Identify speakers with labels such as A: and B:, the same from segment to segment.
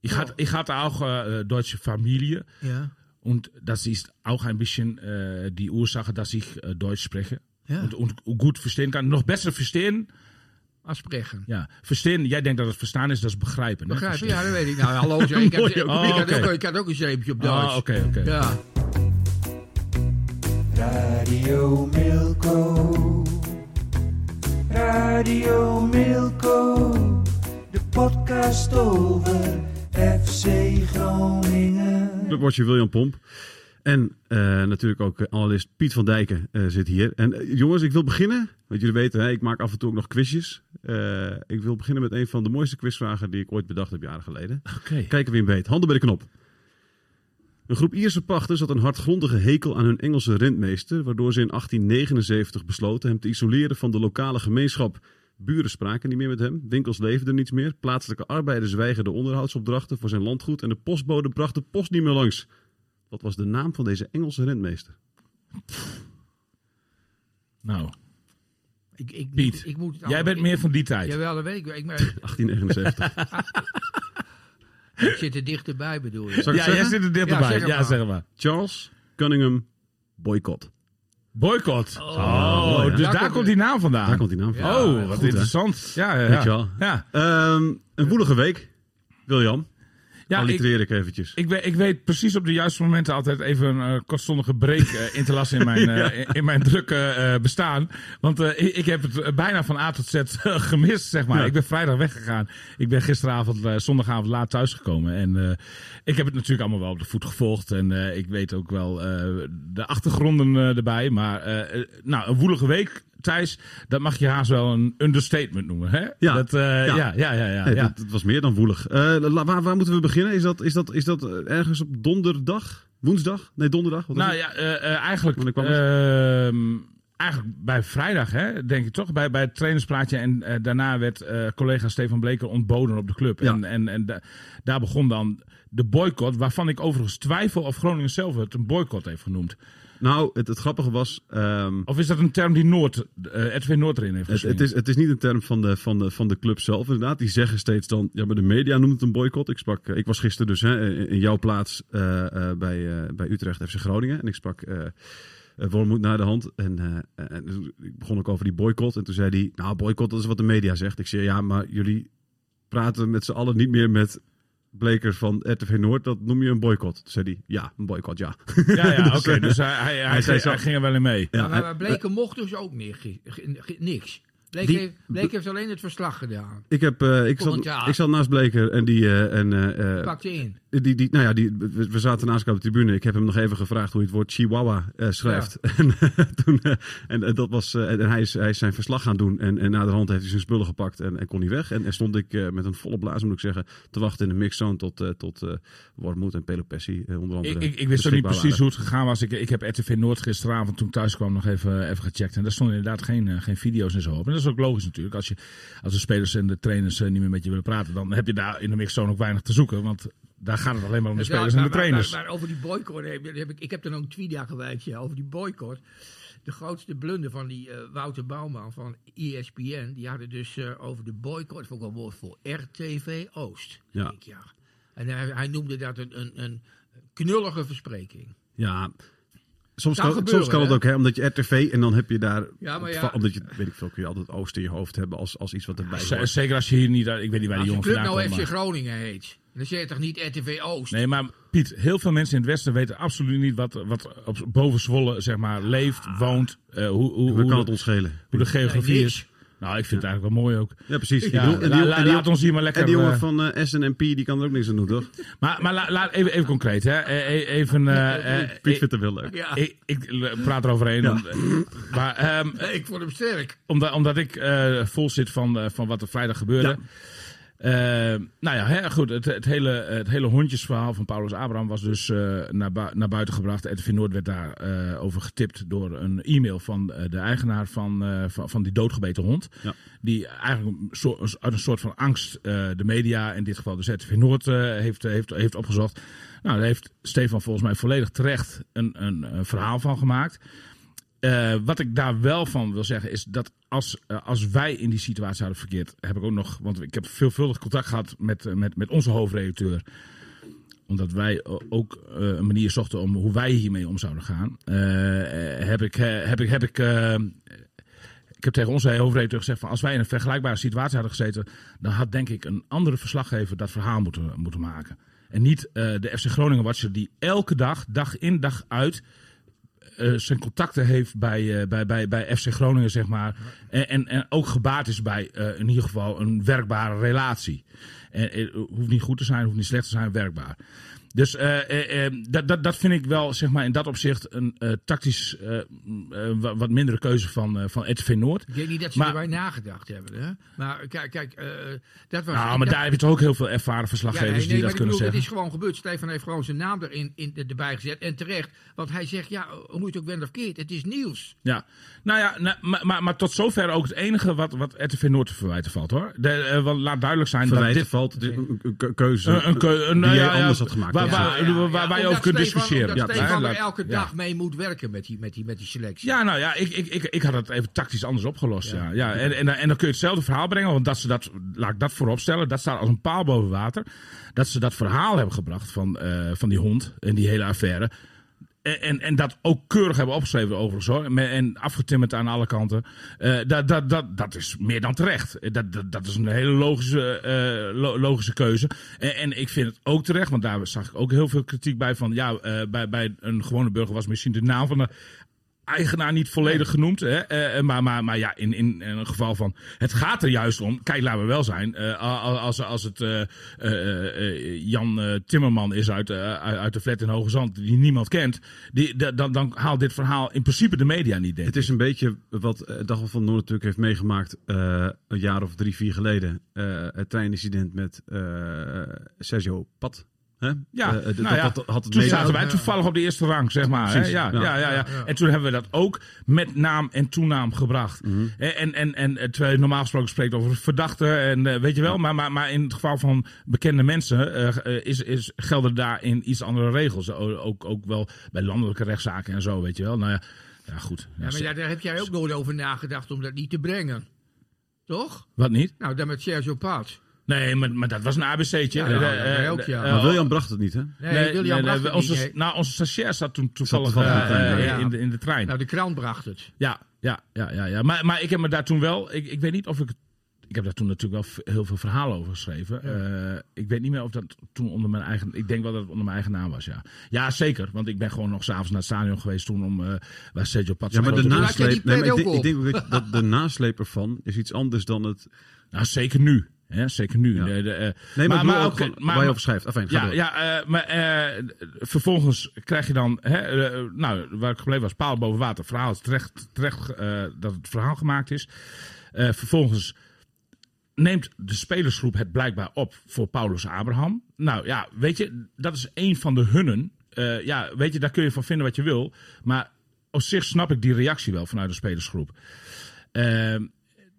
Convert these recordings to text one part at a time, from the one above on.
A: Ich, hat, ich hatte auch äh, deutsche Familie
B: Ja.
A: und das ist auch ein bisschen äh, die Ursache, dass ich äh, Deutsch spreche
B: Ja.
A: und, und gut verstehen kann. Nog besser verstehen.
B: Afspreken.
A: Ja, verstehen. Jij denkt dat het verstaan is, dat is begrijpen. hè?
B: Begrijp je? Ja, dat weet ik. Nou, hallo. zeg, Ik, heb,
A: Mooi,
B: ik,
A: oh,
B: had
A: oké.
B: ook, ik had ook een zeepje op Duits.
A: Ah, oké, oké.
B: Ja.
C: Radio Milko. Radio Milko. De podcast over FC Groningen.
D: Clubwatcher William Pomp. En eh, natuurlijk ook eh, analist Piet van Dijken eh, zit hier. En eh, jongens, ik wil beginnen. Want jullie weten, hè, ik maak af en toe ook nog quizjes. Eh, ik wil beginnen met een van de mooiste quizvragen die ik ooit bedacht heb jaren geleden.
A: Oké.
D: Kijken wie hem weet. Handen bij de knop. Een groep Ierse pachters had een hardgrondige hekel aan hun Engelse rentmeester, waardoor ze in 1879 besloten hem te isoleren van de lokale gemeenschap. Buren spraken niet meer met hem, winkels leverden niets meer, plaatselijke arbeiders weigerden onderhoudsopdrachten voor zijn landgoed en de postbode bracht de post niet meer langs. Wat was de naam van deze Engelse rentmeester?
A: Nou,
B: Ik, ik,
A: Piet,
B: ik moet,
A: jij bent meer van die tijd.
B: Jawel, dat weet ik. wel. Ik, maar,
D: 1879.
B: ik zit er dichterbij, bedoel je.
D: Zal ik
A: Ja, jij
D: het zeggen?
A: zit er dichterbij.
B: Ja,
A: Ja,
B: zeg
A: zeg
B: het
A: maar.
B: maar.
D: Charles Cunningham Boycott.
A: Boycott. Oh,
D: mooi, hè?
A: dus
B: Daar
A: daar,
B: komt
A: komt
B: die-
A: die naam vandaan.
D: Daar komt die naam van.
A: oh,
D: Goed,
A: wat
D: hè?
A: interessant. Ja, ja, ja.
D: Dankjewel.
A: ja.
D: Ehm, een woelige week, William.
A: ja ik,
D: allitereer ik, eventjes.
A: ik, weet, ik weet precies op de juiste momenten altijd even een eh, kortstondige break eh, in te lassen in mijn, eh, in, in mijn drukke eh, bestaan. Want eh, ik, ik heb het eh, bijna van A tot Z eh, gemist, zeg maar.
D: Ja.
A: Ik ben vrijdag weggegaan. Ik ben gisteravond, eh, zondagavond laat thuisgekomen. En eh, ik heb het natuurlijk allemaal wel op de voet gevolgd. En eh, ik weet ook wel eh, de achtergronden eh, erbij. Maar eh, eh, nou, een woelige week. Thijs, dat mag je haast wel een understatement noemen. Hè?
D: Ja.
A: Dat, eh,
D: Ja.
A: ja. Ja, ja, ja, ja,
D: Nee, dat, dat was meer dan woelig. Eh, la- waar, waar moeten we beginnen? Is dat, is dat, is dat eh, ergens op donderdag? Woensdag? Nee, donderdag? Wat is
A: Nou
D: het?
A: ja, eh, eh, eigenlijk,
D: Wanneer kwam dus-
A: ehm, eigenlijk bij vrijdag, hè, denk ik toch? Bij, bij het trainersplaatje. En eh, daarna werd eh, collega Stefan Bleker ontboden op de club.
D: Ja.
A: En, en, en da- daar begon dan de boycott. Waarvan ik overigens twijfel of Groningen zelf het een boycott heeft genoemd.
D: Nou, het, het grappige was... ehm,
A: Of is dat een term die Noord, eh Edwin Noord erin heeft
D: Dus het,
A: gezien?
D: het, is, het is niet een term van de, van, de, van de club zelf. Inderdaad, die zeggen steeds dan... Ja, maar de media noemt het een boycott. Ik, sprak, eh, ik was gisteren dus hè, in- in jouw plaats eh, eh, bij, eh, bij Utrecht FC Groningen. En ik sprak... eh eh, Wormoed naar de hand. En, eh, en dus ik begon ook over die boycott. En toen zei hij, nou boycott, dat is wat de media zegt. Ik zei, ja, maar jullie praten met z'n allen niet meer met Bleker van RTV Noord. Dat noem je een boycott. Toen zei hij, ja, een boycott, ja.
A: Ja, ja oké.
D: Dus, eh,
A: dus hij, hij, hij,
D: zei
A: ging-
D: zo-
A: hij ging er wel in mee.
D: ja,
B: maar,
D: hij-
B: maar Bleken mocht dus ook meer, gi- gi- gi- niks. Bleken,
D: Die-
B: heeft, Bleken heeft alleen het verslag gedaan.
D: Ik, heb, eh, ik, zat,
B: Commentaar.
D: ik zat naast Bleker en die... eh, en, eh, eh,
B: Pakte in.
D: die, die, nou ja, die, we, we zaten naast elkaar op de tribune. Ik heb hem nog even gevraagd hoe hij het woord chihuahua eh, schrijft. En, eh, toen, eh, en, eh, dat was, eh, en hij, is, hij is zijn verslag gaan doen. En, en na de hand heeft hij zijn spullen gepakt en, en kon hij weg. En, en stond ik eh, met een volle blaas, moet ik zeggen, te wachten in de mixzone tot, eh tot eh Wormoed en Pelopessi eh, onder andere
A: Ik, ik, ik wist ook niet
D: beschikbaar
A: precies hoe het gegaan was. Ik, ik heb RTV Noord gisteravond toen ik thuis kwam nog even, eh, even gecheckt. En daar stonden inderdaad geen, eh, geen video's en zo op. En dat is ook logisch natuurlijk. Als, je, als de spelers en de trainers eh, niet meer met je willen praten, dan heb je daar in de mixzone ook weinig te zoeken. Want daar gaat het alleen maar om de
B: Ja,
A: spelers en de
B: maar- maar-
A: trainers.
B: Maar, maar over die boycott, heb, heb ik, ik heb er ook twee dagen gewijd, ja, over die boycott. De grootste blunder van die eh, Wouter Bouwman van E ESPN, die hadden dus eh, over de boycott, vond ik wel mooi, voor RTV Oost.
D: Ja.
B: Ja. Ik, ja. En hij, hij noemde dat een, een, een knullige verspreking.
D: Ja, soms
B: Kan
D: kan,
B: gebeuren,
D: soms kan het
B: hè?
D: ook, hè, omdat je RTV en dan heb je daar...
B: Ja, maar
D: het
B: ja.
D: va- Omdat je, weet ik veel, kun je altijd oost in je hoofd hebben als, als iets wat erbij
A: Z-
D: hoort.
A: Zeker als je hier niet... uit- Ik weet niet waar
B: Als
A: die
B: de
A: jongen
B: club
A: vandaan
B: nou
A: komt.
B: FC
A: maar-
B: Groningen heet, dan zeg je toch niet RTV Oost?
A: Nee, maar Piet, heel veel mensen in het Westen weten absoluut niet wat, wat op, boven Zwolle zeg maar, leeft, woont, eh, hoe, hoe,
D: Hoe
A: hoe,
D: kan
A: de,
D: het ons schelen?
A: hoe de geografie
B: Nee, niks.
A: is. Nou, ik vind het eigenlijk wel mooi ook.
D: Ja, precies. Ik
A: Ja,
D: bedoel, en die-
A: la- la-
D: en die-
A: laat ons hier maar
D: En
A: lekker...
D: die jongen
A: eh,
D: van eh, SNMP, die kan er ook niks aan doen, toch?
A: Maar, maar la- laat even, even concreet, hè? E- e- Even. eh, eh,
D: Piet
A: eh,
D: vindt het wel leuk.
B: Ja, ik,
A: ik, ik praat eroverheen. om- maar, ehm,
B: vond hem sterk.
A: omdat, omdat ik eh, vol zit van, eh, van wat er vrijdag gebeurde. Eh, nou ja, hè, goed. Het, het, hele, het hele hondjesverhaal van Paulus Abraham was dus eh, naar, bui- naar buiten gebracht. RTV Noord werd daarover over getipt door een e-mail van eh, de eigenaar van, eh, van, van die doodgebeten hond.
D: Ja.
A: Die eigenlijk een soort- uit een soort van angst eh, de media, in dit geval dus RTV Noord, eh, heeft, heeft, heeft opgezocht. Nou, daar heeft Stefan volgens mij volledig terecht een, een, een verhaal van gemaakt. Eh, wat ik daar wel van wil zeggen is dat als, eh, als wij in die situatie hadden verkeerd, heb ik ook nog, want ik heb veelvuldig contact gehad met, eh, met, met onze hoofdredacteur. Omdat wij o- ook eh, een manier zochten om hoe wij hiermee om zouden gaan. Eh, eh, heb ik, eh, heb ik, heb ik, eh, ik heb tegen onze hoofdredacteur gezegd van als wij in een vergelijkbare situatie hadden gezeten, dan had denk ik een andere verslaggever dat verhaal moeten, moeten maken. En niet eh, de FC Groningen watcher die elke dag, dag in dag uit, eh, zijn contacten heeft bij, eh, bij, bij, bij FC Groningen, zeg maar. En, en, en ook gebaat is bij eh, in ieder geval een werkbare relatie. En, eh, hoeft niet goed te zijn, hoeft niet slecht te zijn, werkbaar. Dus eh, eh, eh, dat, dat, dat vind ik wel, zeg maar, in dat opzicht een eh, tactisch eh, m, eh, wa- wat mindere keuze van, eh van RTV Noord.
B: Ik denk niet dat ze
A: Maar-
B: erbij nagedacht hebben. Hè? Maar kijk, kijk eh, dat was...
A: Nou, maar daar heb je toch ook heel veel ervaren
B: Ja, nee,
A: verslaggevers
B: nee,
A: die
B: maar
A: dus dat
B: ik
A: kunnen
B: bedoel,
A: zeggen.
B: Het is gewoon gebeurd. Stefan heeft gewoon zijn naam erin in, erbij gezet. En terecht. Want hij zegt, ja, hoe je het ook bent of keert, het is nieuws.
A: Ja, nou ja, nou, maar, maar, maar tot zover ook het enige wat, wat RTV Noord te verwijten valt hoor. De, eh, want laat duidelijk zijn
D: Verwijten
A: dat dit
D: valt dit- een, een- een keuze
A: een, een keu- een-
D: die
A: nou
D: jij
A: ja, ja,
D: anders had gemaakt.
A: Waar,
D: ja.
A: waar, waar- waar wij
B: Omdat
A: over kunnen
B: Stefan-
A: discussiëren.
B: Omdat
A: hè,
B: Stefan er
A: laat-
B: elke
A: ja.
B: dag mee moet werken met die, met die, met die selectie.
A: Ja, nou ja, ik, ik, ik, ik had het even tactisch anders opgelost. Ja. Ja. en, en, dan- en dan kun je hetzelfde verhaal brengen, want dat ze dat, laat ik dat voorop stellen, dat staat als een paal boven water. Dat ze dat verhaal hebben gebracht van, eh, van die hond en die hele affaire. En, en, en dat ook keurig hebben opgeschreven overigens hoor. En- En afgetimmerd aan alle kanten. Eh, dat, dat, dat, dat is meer dan terecht. Eh, Dat, dat, dat is een hele logische, eh, lo- logische keuze. En, en ik vind het ook terecht. Want daar zag ik ook heel veel kritiek bij. Van ja, eh, bij, bij een gewone burger was misschien de naam van de eigenaar niet volledig genoemd. Hè? Eh, eh, maar, maar, maar ja, in, in, in een geval van. Het gaat er juist om. Kijk, laten we wel zijn. eh, al- als, als het eh, eh, eh, eh, Jan eh, Timmerman is uit, eh, uit uit de flat in Hoge Zand. die niemand kent. Die, da- dan, dan haalt dit verhaal in principe de media niet. Denk. ik.
D: Het is een beetje wat eh, Dagel van Noord natuurlijk heeft meegemaakt eh, een jaar of drie, vier geleden. Eh, het treinincident met eh, Sergio Pat. Hè?
A: Ja,
D: Eh, d-
A: nou ja,
D: dat, dat had het
A: Toen
D: media-
A: zaten wij toevallig op de eerste rang, zeg maar. hè?
D: Precies,
A: Ja, ja.
D: ja.
A: Ja, ja,
B: ja.
A: En toen hebben we dat ook met naam en toenaam gebracht.
D: Mhm.
A: En, en, en, en eh, terwijl je normaal gesproken spreekt over verdachten en eh, weet je wel. Maar, maar, maar in het geval van bekende mensen eh, eh, is, is, gelden daarin iets andere regels. O- Ook, ook wel bij landelijke rechtszaken en zo, weet je wel. Nou ja, ja goed. Ja,
B: Ja, maar ja, daar heb jij ook nooit over nagedacht om dat niet te brengen. Toch?
A: Wat niet?
B: Nou, dan met Sergio Paat.
A: Nee, maar, maar dat was een ABC'tje.
B: Ja,
A: Eh,
B: ja,
A: eh,
B: wij ook, ja.
A: eh,
D: Maar William bracht het niet, hè?
B: Nee, William bracht het
A: onze,
B: niet, nee.
A: Nou, onze stagiair zat toen toevallig
D: toevallig in de
A: eh,
D: trein,
A: eh,
B: ja.
A: in, de, in de trein.
B: Nou, de krant bracht het.
A: Ja, ja, ja, ja. ja. Maar, maar ik heb me daar toen wel. Ik, ik weet niet of ik. het- Ik heb daar toen natuurlijk wel v- heel veel verhalen over geschreven. Eh, ik weet niet meer of dat toen onder mijn eigen. Ik denk wel dat het onder mijn eigen naam was, ja. Ja, zeker. Want ik ben gewoon nog s'avonds naar het stadion geweest toen om. eh waar Sergio Pat.
D: Ja, maar de
A: grote-
B: naam- Laat jij die
D: nasleep. Nee, maar ik,
B: pet
D: denk, ik
B: ook
D: denk ook dat de nasleep ervan is iets anders dan het.
A: Nou, zeker nu. Hè, zeker nu.
D: Ja.
A: De- de, eh,
D: Nee, maar, maar, ook,
A: oké,
D: gewoon
A: maar-
D: waar je over schrijft. Enfin, ga
A: Ja,
D: door.
A: ja eh, maar eh, vervolgens krijg je dan, hè, eh, nou, waar ik gebleven was, paal boven water. Verhaal is terecht, terecht eh, dat het verhaal gemaakt is. Eh, vervolgens neemt de spelersgroep het blijkbaar op voor Paulus Abraham. Nou ja, weet je, dat is één van de hunnen. Eh, ja, weet je, daar kun je van vinden wat je wil. Maar op zich snap ik die reactie wel vanuit de spelersgroep. Ehm,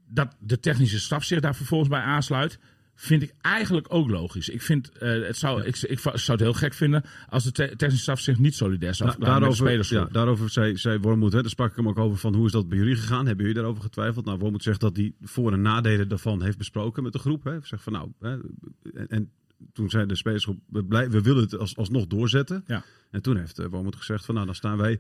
A: dat de technische staf zich daar vervolgens bij aansluit, vind ik eigenlijk ook logisch. Ik, vind, eh, het zou, ik, ik va- zou het heel gek vinden als de te- technische staf zich niet solidair zou
D: Nou,
A: verklaren met de
D: daarover, ja,
A: spelersgroep.
D: daarover zei, zei Wormoed, hè, daar sprak ik hem ook over van hoe is dat bij jullie gegaan? Hebben jullie daarover getwijfeld? Nou, Wormoed zegt dat hij voor- en nadelen daarvan heeft besproken met de groep. Hè. Zegt van nou, hè, en, en toen zei de spelersgroep, we, blij- we willen het als, alsnog doorzetten.
A: Ja.
D: En toen heeft uh, gezegd van nou, dan staan wij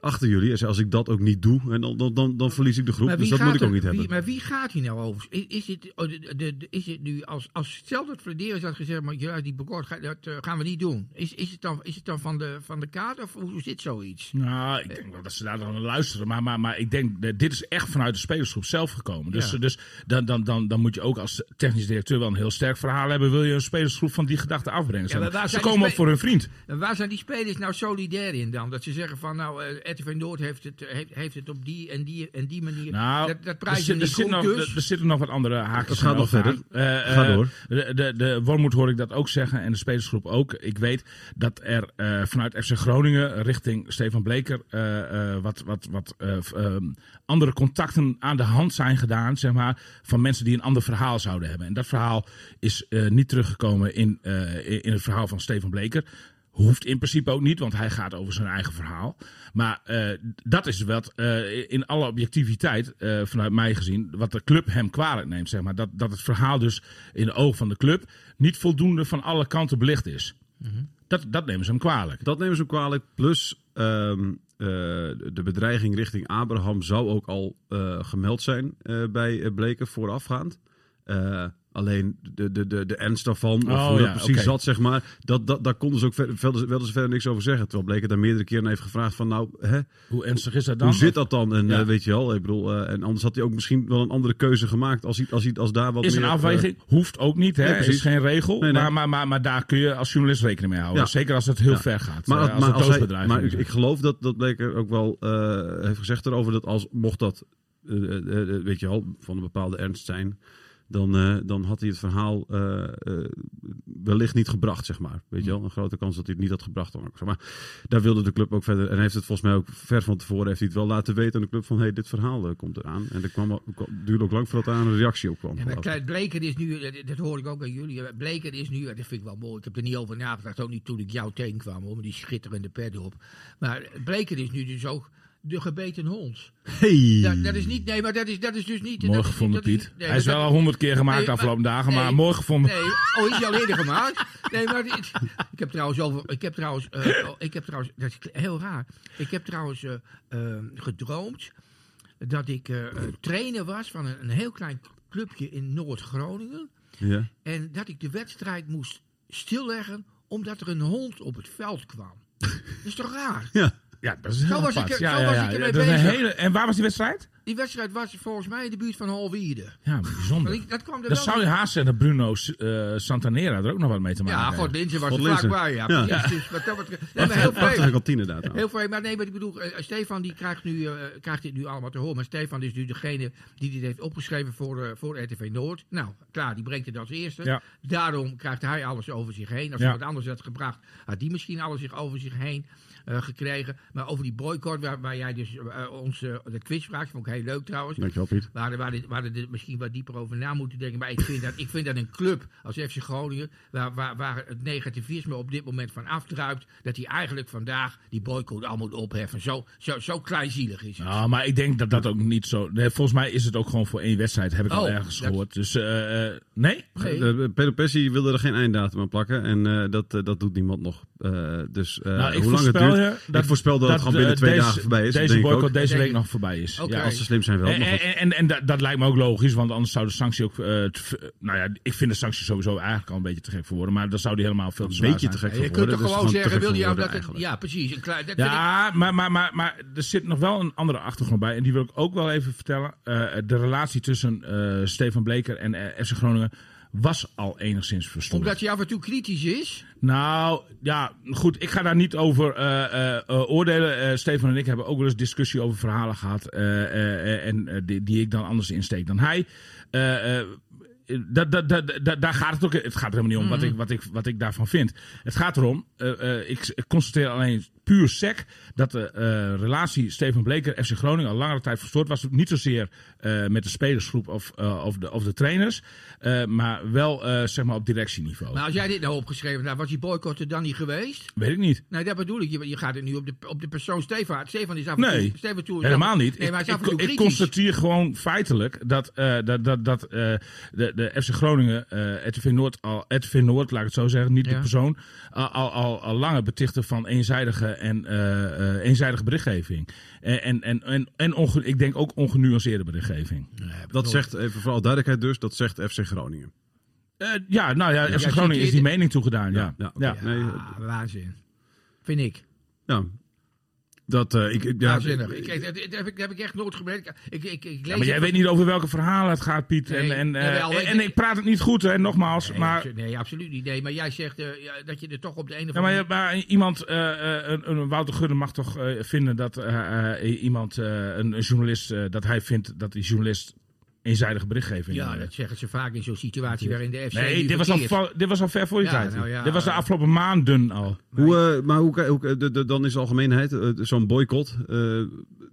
D: achter jullie. En zei, als ik dat ook niet doe, en dan, dan, dan, dan verlies ik de groep.
B: Maar
D: Dus
B: wie
D: dat moet
B: gaat
D: ik ook
B: er-
D: niet
B: wie-
D: hebben.
B: Maar wie gaat hier nou over? Is, is, dit, oh, de- de- de- is dit nu als, als stel dat Flederis had gezegd, maar ja, die bekort, ga- dat eh, gaan we niet doen. Is, is het dan, is het dan van, de, van de kaart of hoe zit zoiets?
A: Nou, ik denk wel dat ze daar dan aan luisteren. Maar, maar, maar ik denk, dat dit is echt vanuit de spelersgroep zelf gekomen. Dus,
B: Ja.
A: dus dan, dan, dan, dan moet je ook als technisch directeur wel een heel sterk verhaal hebben. Wil je een spelersgroep van die gedachte afbrengen?
B: maar waar
A: ze
B: zijn die
A: komen op
B: spe-
A: voor hun vriend.
B: En waar zijn die spelers nou solidair in dan? Dat ze zeggen van, nou, eh RTV Noord heeft het, eh, heeft, heeft het op die en die en die manier.
A: Nou,
B: dat, dat
A: er,
B: prijzen
A: zit, er,
B: niet
A: zit
B: goed
A: nog,
B: dus.
A: er, er zitten nog wat andere haakjes.
D: Het gaat nog
A: aan.
D: verder.
A: Eh, eh,
D: Ga door.
A: De, de, de Wormoed hoor ik dat ook zeggen en de spelersgroep ook. Ik weet dat er eh, vanuit FC Groningen richting Stefan Bleker eh, eh, wat, wat, wat eh, f- ehm, andere contacten aan de hand zijn gedaan, zeg maar, van mensen die een ander verhaal zouden hebben. En dat verhaal is eh, niet teruggekomen in, eh, in het verhaal van Stefan Bleker. Hoeft in principe ook niet, want hij gaat over zijn eigen verhaal. Maar eh, dat is wat, eh, in alle objectiviteit, eh, vanuit mij gezien, wat de club hem kwalijk neemt. Zeg maar. dat, dat het verhaal dus in de ogen van de club niet voldoende van alle kanten belicht is. Dat, dat nemen ze hem kwalijk.
D: Mhm. Dat nemen ze ook kwalijk. Plus ehm, eh, de bedreiging richting Abraham zou ook al eh, gemeld zijn eh, bij eh, Bleken voorafgaand. Eh, alleen de, de, de, de ernst daarvan, of
A: Oh,
D: hoe dat
A: ja,
D: precies
A: oké.
D: zat, zeg maar. Dat, dat, daar konden ze ook verder, verder, wilden ze verder niks over zeggen. Terwijl Bleken daar meerdere keren heeft gevraagd van nou, hè,
A: Hoe ernstig is dat dan?
D: hoe zit dat dan? En
A: Ja.
D: eh, weet je wel, ik bedoel, eh, en anders had hij ook misschien wel een andere keuze gemaakt als, hij, als, hij, als daar wat
A: Is
D: meer...
A: een
D: eh,
A: afweging, hoeft ook niet, hè?
D: Nee,
A: is
D: precies.
A: geen regel.
D: Nee, nee.
A: Maar, maar, maar, maar daar kun je als journalist rekening mee houden.
D: Ja.
A: Zeker als het heel
D: Ja.
A: ver gaat.
D: Maar,
A: eh, als
D: maar,
A: het
D: als hij-
A: doodsbedreiging
D: maar ik,
A: is.
D: ik geloof dat, dat Bleker ook wel eh, heeft gezegd erover dat als mocht dat, eh, eh, eh, weet je wel, van een bepaalde ernst zijn, dan, eh, dan had hij het verhaal eh, eh, wellicht niet gebracht, zeg maar. Weet je wel, een grote kans dat hij het niet had gebracht. Dan ook, zeg maar daar wilde de club ook verder en heeft het volgens mij ook ver van tevoren heeft hij het wel laten weten aan de club van hey, dit verhaal eh, komt eraan. En er kwam, al- kwam- duurde ook lang voordat daar een reactie op
B: Ja,
D: kwam.
B: maar
D: geloof ik.
B: Klein Bleker is nu, eh, dat hoor ik ook aan jullie, eh, Bleker is nu, eh, dat vind ik wel mooi, ik heb er niet over nagedacht, ook niet toen ik jou tegenkwam, hoor, met die schitterende pet op. Maar Bleker is nu dus ook de gebeten hond.
D: Hey!
B: Dat, dat is niet, nee, maar dat is, dat is dus niet...
A: Mooi
B: dat is-
A: gevonden,
B: dat is-
A: Piet.
B: nee,
A: Hij is
B: dat-
A: wel al honderd keer gemaakt
B: Nee,
A: de afgelopen
B: maar-
A: dagen, maar
B: nee.
A: mooi gevonden.
B: Nee, oh, is die al eerder gemaakt? Nee, maar dit- ik heb trouwens over, ik heb trouwens, eh, oh, ik heb trouwens, dat is heel raar. Ik heb trouwens eh, eh, gedroomd dat ik eh, eh, trainer was van een, een heel klein clubje in Noord-Groningen
D: Ja.
B: en dat ik de wedstrijd moest stilleggen omdat er een hond op het veld kwam. Dat is toch raar?
D: ja.
A: Ja, dat is heel
B: Zo was
A: apart.
B: ik er-
A: ja,
B: zo
A: ja,
B: was
A: ja.
B: ik ermee
A: Dat is een
B: bezig.
A: hele- En waar was die wedstrijd?
B: Die wedstrijd was volgens mij in de buurt van Halwierde.
A: Ja, maar bijzonder.
B: Want ik- Dat kwam er
A: Dan
B: wel
A: zou je haast zeggen dat Bruno eh, Santanera er ook nog wat mee te maken
B: Ja,
A: heeft.
B: God, Linzen was
D: God,
B: er vaak
D: Linzen.
B: bij. Ja,
D: Ja.
B: precies. Dus wat dat betreft. Nee, maar heel
D: Prachtige
B: veel.
D: kantine daar trouwens.
B: Heel veel, maar nee, maar ik bedoel, eh, Stefan die krijgt, nu, eh, krijgt dit nu allemaal te horen. Maar Stefan is nu degene die dit heeft opgeschreven voor, eh, voor RTV Noord. Nou, klaar, die brengt het als eerste.
A: Ja.
B: Daarom krijgt hij alles over zich heen. Als
A: Ja.
B: hij wat anders had gebracht, had die misschien alles zich over zich heen eh, gekregen. Maar over die boycott, waar, waar jij dus eh, ons eh, de quizvraag, vond ik heel leuk trouwens.
D: Dankjewel Piet.
B: Waar, waar, waar er misschien wat dieper over na moeten denken. Maar ik vind dat, ik vind dat een club als FC Groningen, waar, waar, waar het negativisme op dit moment van afdruipt, dat hij eigenlijk vandaag die boycott al moet opheffen. Zo, zo, zo kleinzielig is het.
A: Ja, maar ik denk dat dat ook niet zo... Nee, volgens mij is het ook gewoon voor één wedstrijd, heb ik al
B: Oh,
A: ergens
B: dat-
A: gehoord. Dus, eh, eh, nee?
B: Nee.
D: Eh, Pedro Pessi wilde er geen einddatum aan plakken en eh, dat, eh, dat doet niemand nog. Eh, dus eh,
A: Nou, ik
D: hoe lang het
A: voorspel
D: duurt,
A: je dat-
D: ik voorspel dat, het gewoon binnen
A: eh,
D: twee
A: deze-
D: dagen voorbij is.
A: Deze
D: denk ik ook.
A: boycott Eh, deze
B: Denk
A: week
B: ik-
A: nog voorbij is.
B: Oké.
A: Ja.
D: Als ze slim zijn wel.
A: En,
D: maar goed.
A: en, en, en dat, dat lijkt me ook logisch, want anders zou de sanctie ook... eh, te v- nou ja, ik vind de sanctie sowieso eigenlijk al een beetje te gek voor worden. Maar dan zou die helemaal veel eh, te
D: een
A: zwaar
D: beetje
A: zijn.
D: te gek
B: je
D: voor
B: kunt
D: woorden,
B: toch
D: dus
B: gewoon
D: gewoon te
B: zeggen,
D: gek
B: wil
D: voor
B: je
D: woorden
B: dat het,
D: eigenlijk.
B: Ja, precies. Een klein, dat vind ik-
A: Ja, maar, maar, maar, maar er zit nog wel een andere achtergrond bij. En die wil ik ook wel even vertellen. Eh, de relatie tussen eh, Stefan Bleker en eh, FC Groningen was al enigszins verstoord.
B: omdat hij af en toe kritisch is.
A: Nou, ja, goed. Ik ga daar niet over eh, eh, eh, oordelen. Eh, Stefan en ik hebben ook wel eens discussie over verhalen gehad. eh, eh, en eh, die, die ik dan anders insteek dan hij. Eh, eh, da- da- da- da- daar gaat het ook. Het gaat er helemaal niet om wat, ik, wat, ik, wat ik daarvan vind. Het gaat erom. eh, eh, ik constateer alleen puur sec dat de eh, relatie Stefan Bleker FC Groningen al langere tijd verstoord was. Niet zozeer eh, met de spelersgroep of, eh, of, de, of de trainers, eh, maar wel eh, zeg maar op directieniveau.
B: Maar als jij dit nou opgeschreven had, was die boycott er dan niet geweest?
A: Weet ik niet.
B: Nee, dat bedoel ik. Je, je gaat het nu op de, op de persoon Stefan. Stefan is af en toe...
A: Nee,
B: Stefan toe is
A: Helemaal
B: af-
A: niet.
B: Nee, maar hij
A: ik,
B: is af en toe
A: ik, ik
B: kritisch.
A: constateer gewoon feitelijk dat, eh, dat, dat, dat eh, de, de FC Groningen, eh RTV, Noord al, RTV Noord, laat ik het zo zeggen, niet de
B: Ja.
A: persoon, al, al, al, al lange betichten van eenzijdige en eh, eh, eenzijdige berichtgeving. En, en, en, en, en onge- ik denk ook ongenuanceerde berichtgeving.
D: Dat zegt, even vooral duidelijkheid dus, dat zegt FC Groningen.
A: Eh, ja, nou ja, FC
B: jij
A: Groningen is die
B: citeert-
A: mening toegedaan. Ja, ja,
D: ja, oké.
B: Ja,
D: Nee,
B: waanzin. Vind ik.
D: Ja. Dat, eh, ik, ik, ja,
B: Waanzinnig. Ik, ik- dat, dat heb ik, dat heb ik echt nooit gemerkt. Ik, ik, ik, lees
A: maar jij
B: het-
A: weet niet over welke verhalen het gaat, Piet.
B: Nee,
A: en, en, eh,
B: jawel,
A: en,
B: ik-
A: en ik praat het niet goed, hè, nogmaals.
B: Nee,
A: maar
B: abso- nee, absoluut niet. Nee, maar jij zegt eh, ja, dat je er toch op de ene of
A: Ja,
B: andere
A: maar, maar iemand, eh, eh, een, een Wouter Gudde mag toch eh, vinden dat eh, eh, iemand, eh, een, een journalist, eh, dat hij vindt dat die journalist eenzijdige berichtgeving.
B: Ja,
A: eh,
B: dat zeggen ze vaak in zo'n situatie waarin de FC.
A: nee,
B: nu
A: dit was, al,
B: verkeert.
A: va- dit was al ver voor je
B: Ja,
A: tijd.
B: nou ja,
A: dit was de
B: eh,
A: afgelopen maanden al.
D: Hoe, eh, maar hoe, kan- hoe, kan- de- de- dan is de algemeenheid, eh, zo'n boycott, eh,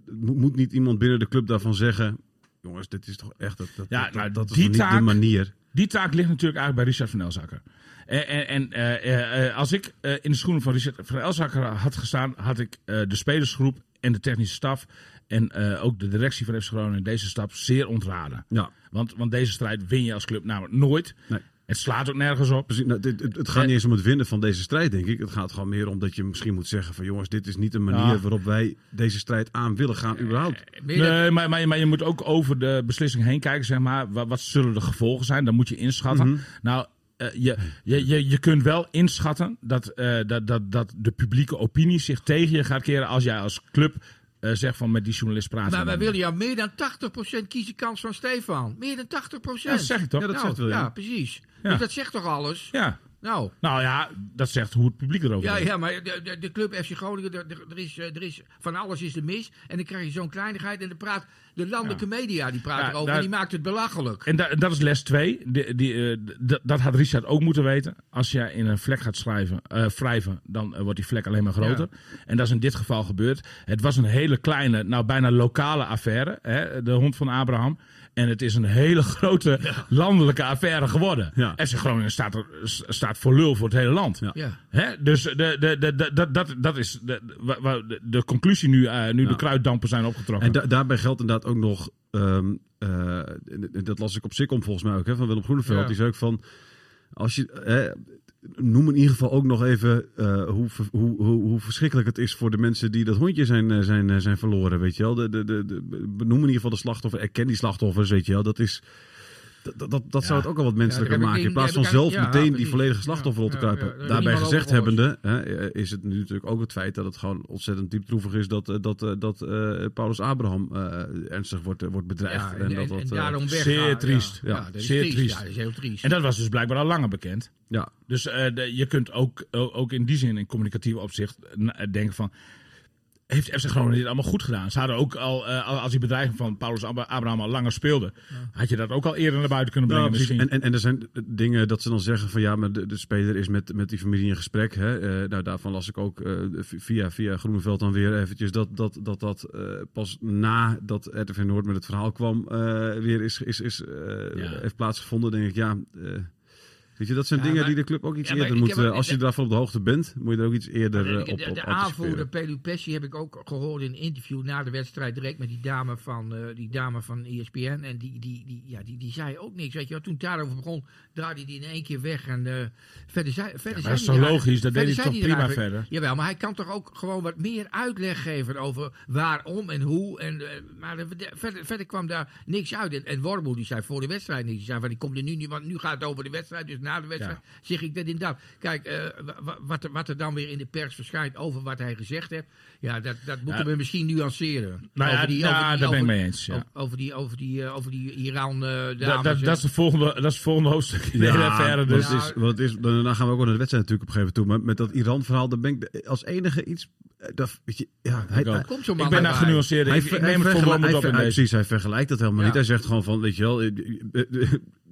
D: mo- moet niet iemand binnen de club daarvan zeggen... Jongens, dit is toch echt, dat, dat,
A: Ja,
D: dat,
A: nou,
D: dat is
A: die
D: toch niet
A: taak-
D: de manier.
A: Die taak ligt natuurlijk eigenlijk bij Richard van Elzakker. En, en, en, eh, eh, eh, als ik eh, in de schoenen van Richard van Elzakker had gestaan, had ik eh, de spelersgroep en de technische staf en eh, ook de directie van FC Groningen deze stap zeer ontraden.
D: Ja,
A: Want, want deze strijd win je als club namelijk nooit.
D: Nee.
A: Het slaat ook nergens op.
D: precies. Nou, dit- het, het gaat niet eens om het winnen van deze strijd, denk ik. Het gaat gewoon meer om dat je misschien moet zeggen van... jongens, dit is niet een manier
A: Ja.
D: waarop wij deze strijd aan willen gaan überhaupt.
B: Meer dan-
A: Nee, maar, maar, maar je moet ook over de beslissing heen kijken, zeg maar. Wat, wat zullen de gevolgen zijn? Dan moet je inschatten.
B: Mhm.
A: Nou, eh, je, je, je, je kunt wel inschatten dat, eh, dat, dat, dat de publieke opinie zich tegen je gaat keren als jij als club eh, zegt van met die journalist praten.
B: maar wij
A: we
B: willen jou meer dan 80% kiezen kans van Stefan. Meer dan 80%.
A: Ja, dat zeg ik toch?
D: Ja, dat
B: nou,
D: zegt William.
B: Ja, precies.
A: Ja.
B: Dus dat zegt toch alles?
A: Ja.
B: Nou.
A: Nou ja, dat zegt hoe het publiek erover
B: Ja,
A: denkt.
B: ja, maar de, de, de club FC Groningen, er- er er is, eh, er is, van alles is er mis. En dan krijg je zo'n kleinigheid. En dan praat de landelijke media, die praat
A: Ja,
B: erover.
A: daar-
B: en die maakt het belachelijk.
A: En da- dat is les 2. Die, die, eh, d- dat had Richard ook moeten weten. Als jij in een vlek gaat schrijven, eh, wrijven, dan eh, wordt die vlek alleen maar groter. En dat is in dit geval gebeurd. Het was een hele kleine, nou bijna lokale affaire. Hè, de hond van Abraham. En het is een hele grote landelijke affaire geworden.
D: Ja.
A: FC Groningen staat, er, s- staat voor lul voor het hele land.
D: Ja.
B: Ja.
A: Hè? Dus de, de, de, de- dat, dat, dat is de, de- wa- wa- de- de conclusie nu, eh, nu
D: Ja.
A: de kruiddampen zijn opgetrokken.
D: En da- daarbij geldt inderdaad ook nog, ehm, eh, en- en dat las ik op Sikkom volgens mij ook, hè, van Willem Groeneveld.
B: Ja.
D: Die zei ook van, als je, eh, noem in ieder geval ook nog even eh, hoe, ver- hoe, hoe, hoe verschrikkelijk het is voor de mensen die dat hondje zijn, eh, zijn, eh, zijn verloren, weet je wel. De, de, de, de- benoem in ieder geval de slachtoffer, erken die slachtoffers, weet je wel. Dat is... Dat, dat, dat dat zou het ook al wat menselijker
B: heb ik
D: maken. In
B: niet-
D: plaats
B: heb ik
D: van zelf
B: eigenlijk- ja,
D: meteen die
B: precies.
D: volledige slachtofferrol te
B: Ja, ja,
D: kruipen.
B: ja, ja.
D: Daarbij
B: Niemand
D: gezegd
B: over gehoord.
D: hebbende, hè, eh, is het nu natuurlijk ook het feit dat het gewoon ontzettend diep droevig is dat, eh, dat, eh, dat eh, Paulus Abraham eh, ernstig wordt, eh, wordt bedreigd.
B: Ja,
D: en, dat, dat, eh,
B: daarom weggaan.
A: zeer
B: Ja,
A: triest.
B: Ja,
A: Ja,
B: dat is
A: zeer
B: triest.
A: triest.
B: Ja, dat is heel triest.
A: en dat was dus blijkbaar al langer bekend.
D: ja.
A: Dus eh, de- je kunt ook, o- ook in die zin, in communicatief opzicht, eh, na- eh, denken van... Heeft FC Groningen dit allemaal goed gedaan? Ze hadden ook al, eh, al- als die bedreiging van Paulus Ab- Abraham al langer speelde... had je dat ook al eerder naar buiten kunnen brengen
D: Ja, precies.
A: misschien.
D: en, en, en er zijn eh, dingen dat ze dan zeggen van ja, maar de, de speler is met, met die familie in gesprek. Hè? Eh, nou, daarvan las ik ook eh, via, via Groeneveld dan weer eventjes dat dat, dat, dat eh, pas na dat RTV Noord met het verhaal kwam eh, weer is, is, is, eh,
A: Ja.
D: heeft plaatsgevonden. denk ik, ja, eh, weet je, dat zijn
B: Ja,
D: dingen
B: maar-
D: die de club ook iets
B: Ja, maar
D: eerder
B: ik
D: moet...
B: heb ook-
D: eh, als je daarvan op de hoogte bent, moet je er ook iets eerder eh,
B: de,
D: op, op
B: de, de
D: anticiperen.
B: aanvoerder Pelu Pessi heb ik ook gehoord in een interview na de wedstrijd direct met die dame van, eh die dame van ESPN. En die, die, die, ja, die, die zei ook niks. Weet je, wel. toen het daarover begon, draaide hij in één keer weg. En eh, verder zei, verder zei
A: dat is
B: hij
A: toch
B: er
A: logisch?
B: eigenlijk-
A: Dat deed hij
B: verder zei
A: toch
B: er
A: prima
B: eigenlijk- Jawel, maar hij kan toch ook gewoon wat meer uitleg geven over waarom en hoe. En, eh, maar er- verder, verder kwam daar niks uit. En, en Wormoe, die zei voor de wedstrijd niks. Die zei van, die komt er nu niet, want nu gaat het over de wedstrijd. Dus na de wedstrijd zeg ik dit en dat. Kijk, eh, wa- wa- wat, er, wat er dan weer in de pers verschijnt over wat hij gezegd heeft. Ja, dat, dat moeten
A: Ja.
B: we misschien nuanceren.
A: Nou ja, ja, daar ben ik mee eens, ja.
B: o- Over die, over die, eh, over die Iran eh
A: dat,
B: dames,
A: dat,
B: hè.
A: dat, is de volgende, dat is het volgende hoofdstuk in de
D: Ja,
A: hele affaire. Dus.
D: want het is, want het is, daarna gaan we ook wel naar de wedstrijd natuurlijk op een gegeven moment toe. Maar met dat Iran-verhaal, daar ben ik de- als enige iets... eh, Dat, weet je, ja, hij,
A: ook.
D: hij-
B: Komt zo'n man
A: ik ben daar
B: erbij.
A: genuanceerd. in.
D: hij
A: Ik,
D: ver-
A: ik
D: hij
A: neem het
D: vergelijkt-
A: volkomen
D: hij
A: op
D: ver-
A: in
D: hij-
A: deze.
D: Precies, hij vergelijkt dat helemaal
B: Ja.
D: niet. Hij zegt gewoon van, weet je wel... eh, eh, eh,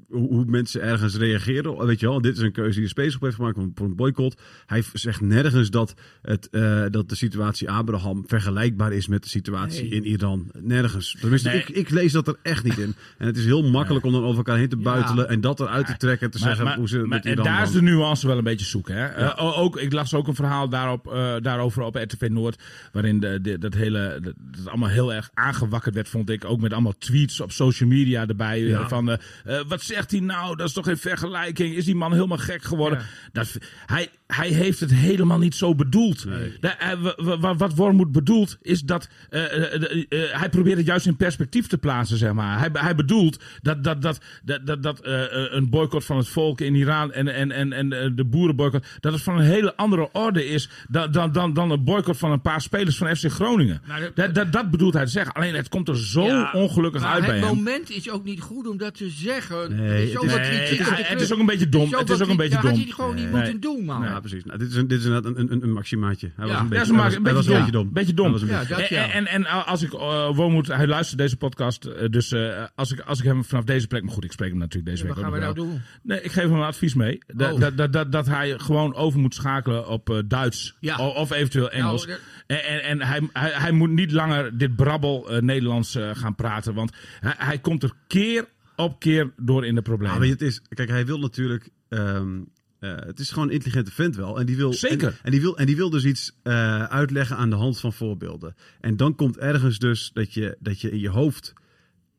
D: Hoe hoe mensen ergens reageren. Weet je wel, dit is een keuze die de Space heeft gemaakt voor een boycott. Hij v- zegt nergens dat, het, eh, dat de situatie Abraham vergelijkbaar is met de situatie
B: Nee.
D: in Iran. Nergens. Tenminste,
A: Nee.
D: ik, ik lees dat er echt niet in. En het is heel makkelijk om dan over elkaar heen te
B: Ja.
D: buitelen en dat eruit te trekken en te zeggen hoe ze met
A: maar-
D: Iran
A: en daar
D: dan-
A: is de nuance wel een beetje zoeken. Hè? Eh, o- ook, ik las ook een verhaal daarop, eh, daarover op RTV Noord. Waarin de, de- dat hele, dat, dat allemaal heel erg aangewakkerd werd, vond ik. Ook met allemaal tweets op social media erbij. eh,
D: Ja.
A: van, eh, eh, wat zegt hij nou? Dat is toch geen vergelijking? Is die man helemaal gek geworden?
B: Ja.
A: Dat, hij, hij heeft het helemaal niet zo bedoeld. Da- eh, wa- wa- wa- wat Wormoed bedoelt, is dat... eh, eh, de- eh, hij probeert het juist in perspectief te plaatsen, zeg maar. Hij, hij bedoelt dat, dat, dat, dat, dat, dat eh, eh, een boycott van het volk in Iran... en, en, en, en eh, de boerenboycott... dat het van een hele andere orde is... dan, dan, dan, dan een boycott van een paar spelers van FC Groningen.
B: Nou, dat-
A: dat, dat, dat bedoelt hij te zeggen. Alleen het komt er zo
B: Ja,
A: ongelukkig
B: maar
A: uit bij
B: het
A: hem.
B: moment is ook niet goed om dat te zeggen.
D: Nee,
B: Er is
D: het
B: zoveel
D: is-
A: Nee,
B: kritiek op de
A: het is- het is
B: club.
A: ook een beetje
B: Er
A: dom. Het
B: zoveel
A: is ook een
B: kritiek.
A: beetje
B: Dat
A: dom.
B: had je gewoon niet
A: Nee.
B: moeten doen, man.
D: Ja, precies. Nou, dit, is een, dit is inderdaad een, een, een maximaatje. Hij
B: Ja.
D: was een
A: Ja,
D: beetje,
A: ze maken
D: hij
A: een
D: was- hij was
A: beetje
D: een
A: dom.
D: beetje dom.
A: Beetje dom.
D: Hij was een
B: Ja,
D: beetje-
B: dat ja.
A: En, en, en als ik eh Wormoed, hij luistert deze podcast, eh, dus eh, als, ik, als ik hem vanaf deze plek, maar goed, ik spreek hem natuurlijk deze
B: Ja,
A: week
B: wat gaan
A: ook
B: we
A: nog
B: nou
A: wel.
B: doen?
A: Nee, ik geef hem een advies mee. Dat,
B: Oh.
A: dat, dat, dat, dat hij gewoon over moet schakelen op eh, Duits
B: Ja. Nou,
A: o- of eventueel Engels.
B: dat-
A: En, en, en hij, hij, hij moet niet langer dit brabbel eh, Nederlands eh, gaan praten, want hij, hij komt er keer op keer door in de
D: Ja,
A: problemen.
B: Ah,
D: Nou, weet je, het is, kijk, hij wil natuurlijk ehm, eh, eh, het is gewoon een intelligente vent wel. En die wil,
A: Zeker.
D: En, en die wil, en die wil dus iets eh, uitleggen aan de hand van voorbeelden. En dan komt ergens dus dat je, dat je in je hoofd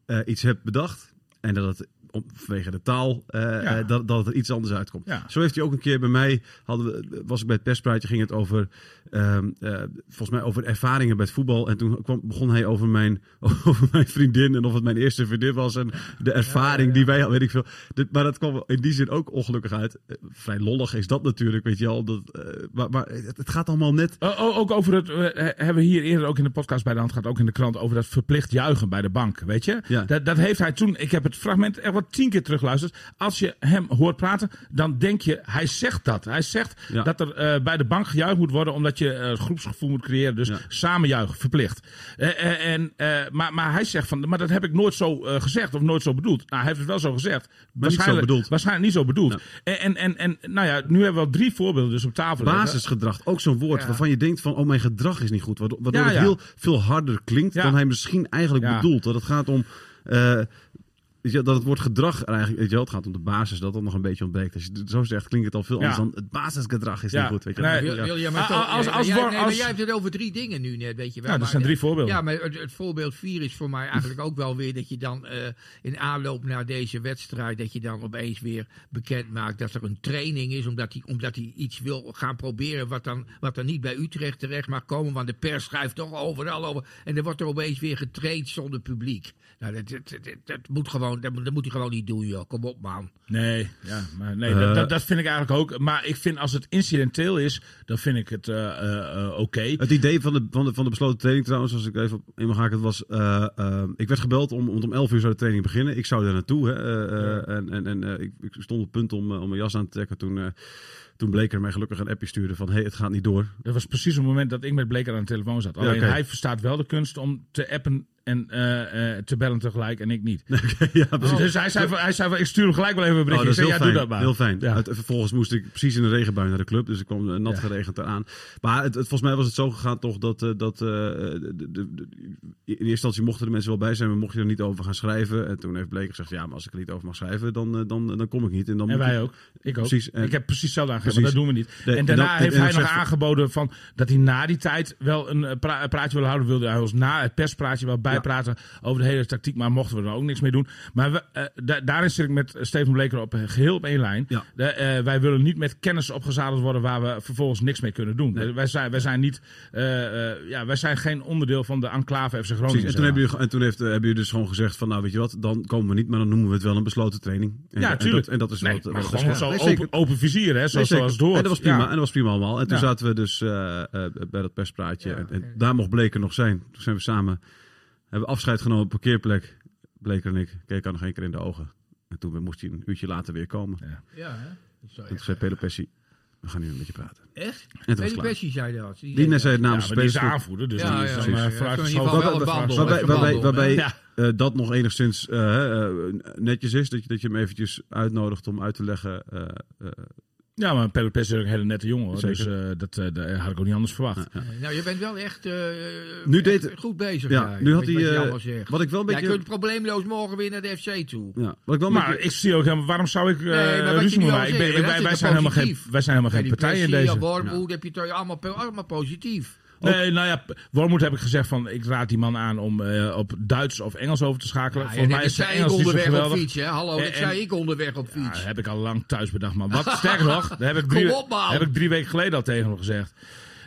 D: eh, iets hebt bedacht. En dat het om- vanwege de taal, eh,
A: Ja.
D: eh, dat, dat er iets anders uitkomt.
A: Ja.
D: Zo heeft hij ook een keer bij mij, hadden we, was ik bij het perspraatje, ging het over, ehm, eh, volgens mij over ervaringen bij het voetbal. En toen kwam, begon hij over mijn, over mijn vriendin en of het mijn eerste vriendin was. En de ervaring die wij, al- weet ik veel. Dit- maar dat kwam in die zin ook ongelukkig uit. Eh, Vrij lollig is dat natuurlijk, weet je al. Dat, eh, maar maar het, het gaat allemaal net...
A: Eh, o- ook over het, we he- hebben we hier eerder ook in de podcast bij de hand gehad, ook in de krant, over dat verplicht juichen bij de bank, weet je?
D: Ja.
A: Dat, dat heeft hij toen, ik heb het fragment echt wat tien keer terugluisterd. Als je hem hoort praten, dan denk je, hij zegt dat. Hij zegt
D: Ja.
A: dat er eh, bij de bank gejuicht moet worden, omdat je eh, groepsgevoel moet creëren. Dus
D: Ja.
A: samen juichen, verplicht. Eh, eh, en, eh, maar, maar hij zegt van, maar dat heb ik nooit zo eh, gezegd of nooit zo bedoeld. Nou, hij heeft het wel zo gezegd. Waarschijnlijk-
D: bedoeld.
A: Waarschijnlijk niet zo bedoeld. En, en, en, en nou ja, nu hebben we al drie voorbeelden dus op tafel. liggen.
D: Basisgedrag, ook zo'n woord
B: Ja.
D: waarvan je denkt van, oh mijn gedrag is niet goed. Waardoor waardoor
A: Ja,
D: het
A: ja.
D: heel veel harder klinkt
A: Ja.
D: dan hij misschien eigenlijk
A: Ja.
D: bedoelt. Dat het gaat om, eh, weet je, dat het woord gedrag er eigenlijk, weet je wel, het gaat om de basis, dat dat nog een beetje ontbreekt. Als je het zo zegt, klinkt het al veel
A: Ja.
D: anders dan, het basisgedrag is
A: Ja.
D: niet goed. Weet je.
A: Nee.
B: Wil, wil jij
A: Ah,
B: maar toch-
A: als-
B: ja,
A: als
B: jij,
A: voor-
B: nee, maar
A: als-
B: jij hebt het over drie dingen nu net, weet je wel.
A: Ja, dat
B: maar
A: zijn
B: de-
A: drie voorbeelden.
B: Ja, maar het, het voorbeeld vier is voor mij eigenlijk ook wel weer dat je dan eh, in aanloop naar deze wedstrijd, dat je dan opeens weer bekend maakt dat er een training is, omdat hij omdat hij iets wil gaan proberen wat dan, wat dan niet bij Utrecht terecht mag komen, want de pers schrijft toch overal over. En er wordt er opeens weer getraind zonder publiek. Nou, dat, dat, dat, dat moet gewoon, dat, moet- dat moet hij gewoon niet doen, joh. Kom op, man.
A: Nee, ja, maar nee
D: Eh.
A: dat, dat, dat vind ik eigenlijk ook. Maar ik vind als het incidenteel is, dan vind ik het eh, eh, eh, oké.
D: Het idee van de, van, de, van de besloten training trouwens, als ik even op in mag haken, het was... eh, eh, ik werd gebeld om, om om 11 uur zou de training beginnen. Ik zou daar naartoe. Hè, eh, eh, En, en, en eh, ik, ik stond op het punt om, eh, om mijn jas aan te trekken toen... eh, toen Bleker mij gelukkig een appje stuurde van... hé, hey, het gaat niet door.
A: Dat was precies het moment dat ik met Bleker aan de telefoon zat. Alleen
D: oké.
A: hij verstaat wel de kunst om te appen en eh, eh, te bellen tegelijk en ik niet.
D: ja, precies.
A: Dus hij zei, van, hij zei van, ik stuur hem gelijk wel even een
D: Oh,
A: berichtje.
D: dat
A: ik
D: is
A: zei,
D: heel
A: ja,
D: fijn.
A: doe dat maar.
D: Heel fijn.
A: Ja.
D: Het- vervolgens moest ik precies in de regenbui naar de club. Dus ik kwam eh, nat
A: Ja.
D: geregend eraan. Maar het, het- volgens mij was het zo gegaan toch dat... eh, dat eh, de, de- de- in eerste instantie mochten de mensen wel bij zijn. Maar mocht je er niet over gaan schrijven. En toen heeft Bleek gezegd... Ja, maar als ik er niet over mag schrijven, dan, eh, dan, dan kom ik niet. En, dan
A: En
D: moet
A: wij
D: ik-
A: ook. Ik ook.
D: Precies. En-
A: ik heb precies hetzelfde aangegeven,
D: Precies.
A: dat doen we niet.
D: Nee,
A: en
D: en
A: daarna
D: dat- en-
A: heeft
D: en
A: hij
D: ik
A: nog
D: zeg-
A: aangeboden van dat hij na die tijd wel een eh, pra- praatje wilde houden. Wilde hij ons na het perspraatje wel bijpraten over de hele tactiek. Maar mochten we er nou ook niks mee doen. Maar we, eh, da- daarin zit ik met Steven Bleker op, eh, geheel op één lijn.
D: Ja.
A: De- eh, wij willen niet met kennis opgezadeld worden waar we vervolgens niks mee kunnen doen. Wij, zijn, wij, zijn niet, eh, eh, ja, wij zijn geen onderdeel van de enclave FC Groningen.
D: Precies.
A: zeg
D: En
A: maar.
D: toen, hebben jullie, ge- en toen heeft, eh, hebben jullie dus gewoon gezegd van... Nou, weet je wat, dan komen we niet. Maar dan noemen we het wel een besloten training. En,
A: Ja,
D: en
A: tuurlijk.
D: dat, en dat is
A: Nee,
D: wat...
A: maar
D: wat-
A: gewoon
D: ja.
A: zo
D: Nee, zeker.
A: open, open vizier, hè, zoals,
D: Nee,
A: zoals
D: zeker.
A: het hoort.
D: En dat was prima,
A: Ja.
D: en dat was prima allemaal. En toen
A: Ja.
D: zaten we dus eh, eh, bij dat perspraatje.
B: Ja,
D: en, en
B: oké.
D: daar mocht Bleker nog zijn. Toen zijn we samen, hebben we afscheid genomen op een parkeerplek. Bleker en ik keken elkaar nog één keer in de ogen. En toen moest hij een uurtje later weer komen.
B: Ja, hè?
D: En toen zei Pedro Pessi, we gaan nu een beetje praten.
B: Echt?
D: En toen was
B: Peter
D: het klaar.
B: Pesci zei dat. Die
D: Die
B: zei
D: zei het
A: Ja,
D: namens
A: maar
D: de
A: die is de
D: spelersgroep.
A: aanvoerder, dus
B: Ja,
A: die is
B: ja,
A: dan
B: precies.
A: eh,
B: Ja, kan in
A: vooruitgeschoven.
B: ieder geval wel
A: Waarbij-
B: een wandel.
A: waarbij-
D: Waarbij, waarbij,
B: Ja.
D: waarbij
A: Ja.
D: eh, dat nog enigszins eh, eh, netjes is. Dat je, dat je hem eventjes uitnodigt om uit te leggen. eh, eh,
A: Ja, maar Pedro Pes is ook een hele nette jongen. Hoor. Dus
D: Zeker.
A: eh, dat, eh, dat had ik ook niet anders verwacht.
D: Ja.
B: Nee, Nou, je bent wel echt, eh,
D: Nu
B: echt
D: deed-
B: goed bezig.
D: ja, nu had
B: wat- wat
D: hij,
B: je
D: eh,
B: allemaal zegt.
D: wat ik wel een
B: Jij
D: beetje...
B: kunt probleemloos morgen weer naar de FC toe.
D: ja, wat ik wel een
A: Maar
D: beetje-
A: ik zie ook helemaal, waarom zou ik eh
B: maar wat je
A: ruzie
B: nu
A: moeten
B: al
A: maken? Ik
B: zegt,
A: ben-
B: dat
A: Wij,
B: is
A: wij
B: toch
A: zijn helemaal geen,
B: positief?
A: wij zijn helemaal geen
B: die
A: partij in
B: plezier,
A: deze.
B: Wormoed heb je toch allemaal, po- allemaal positief.
A: Nee, nou ja, P- Wormoed heb ik gezegd van, ik raad die man aan om eh, op Duits of Engels over te schakelen.
B: Ja,
A: Voor mij
B: dat
A: is de
B: zei ik
A: Engels niet zo
B: onderweg op
A: geweldig.
B: fiets, hè? Hallo,
A: En-
B: dat zei
A: en-
B: ik onderweg op
A: Ja,
B: fiets.
A: Nou, dat heb ik al lang thuis bedacht, man. Wat sterker nog, daar heb ik drie,
B: Kom op, man.
A: heb ik drie weken geleden al tegen hem gezegd.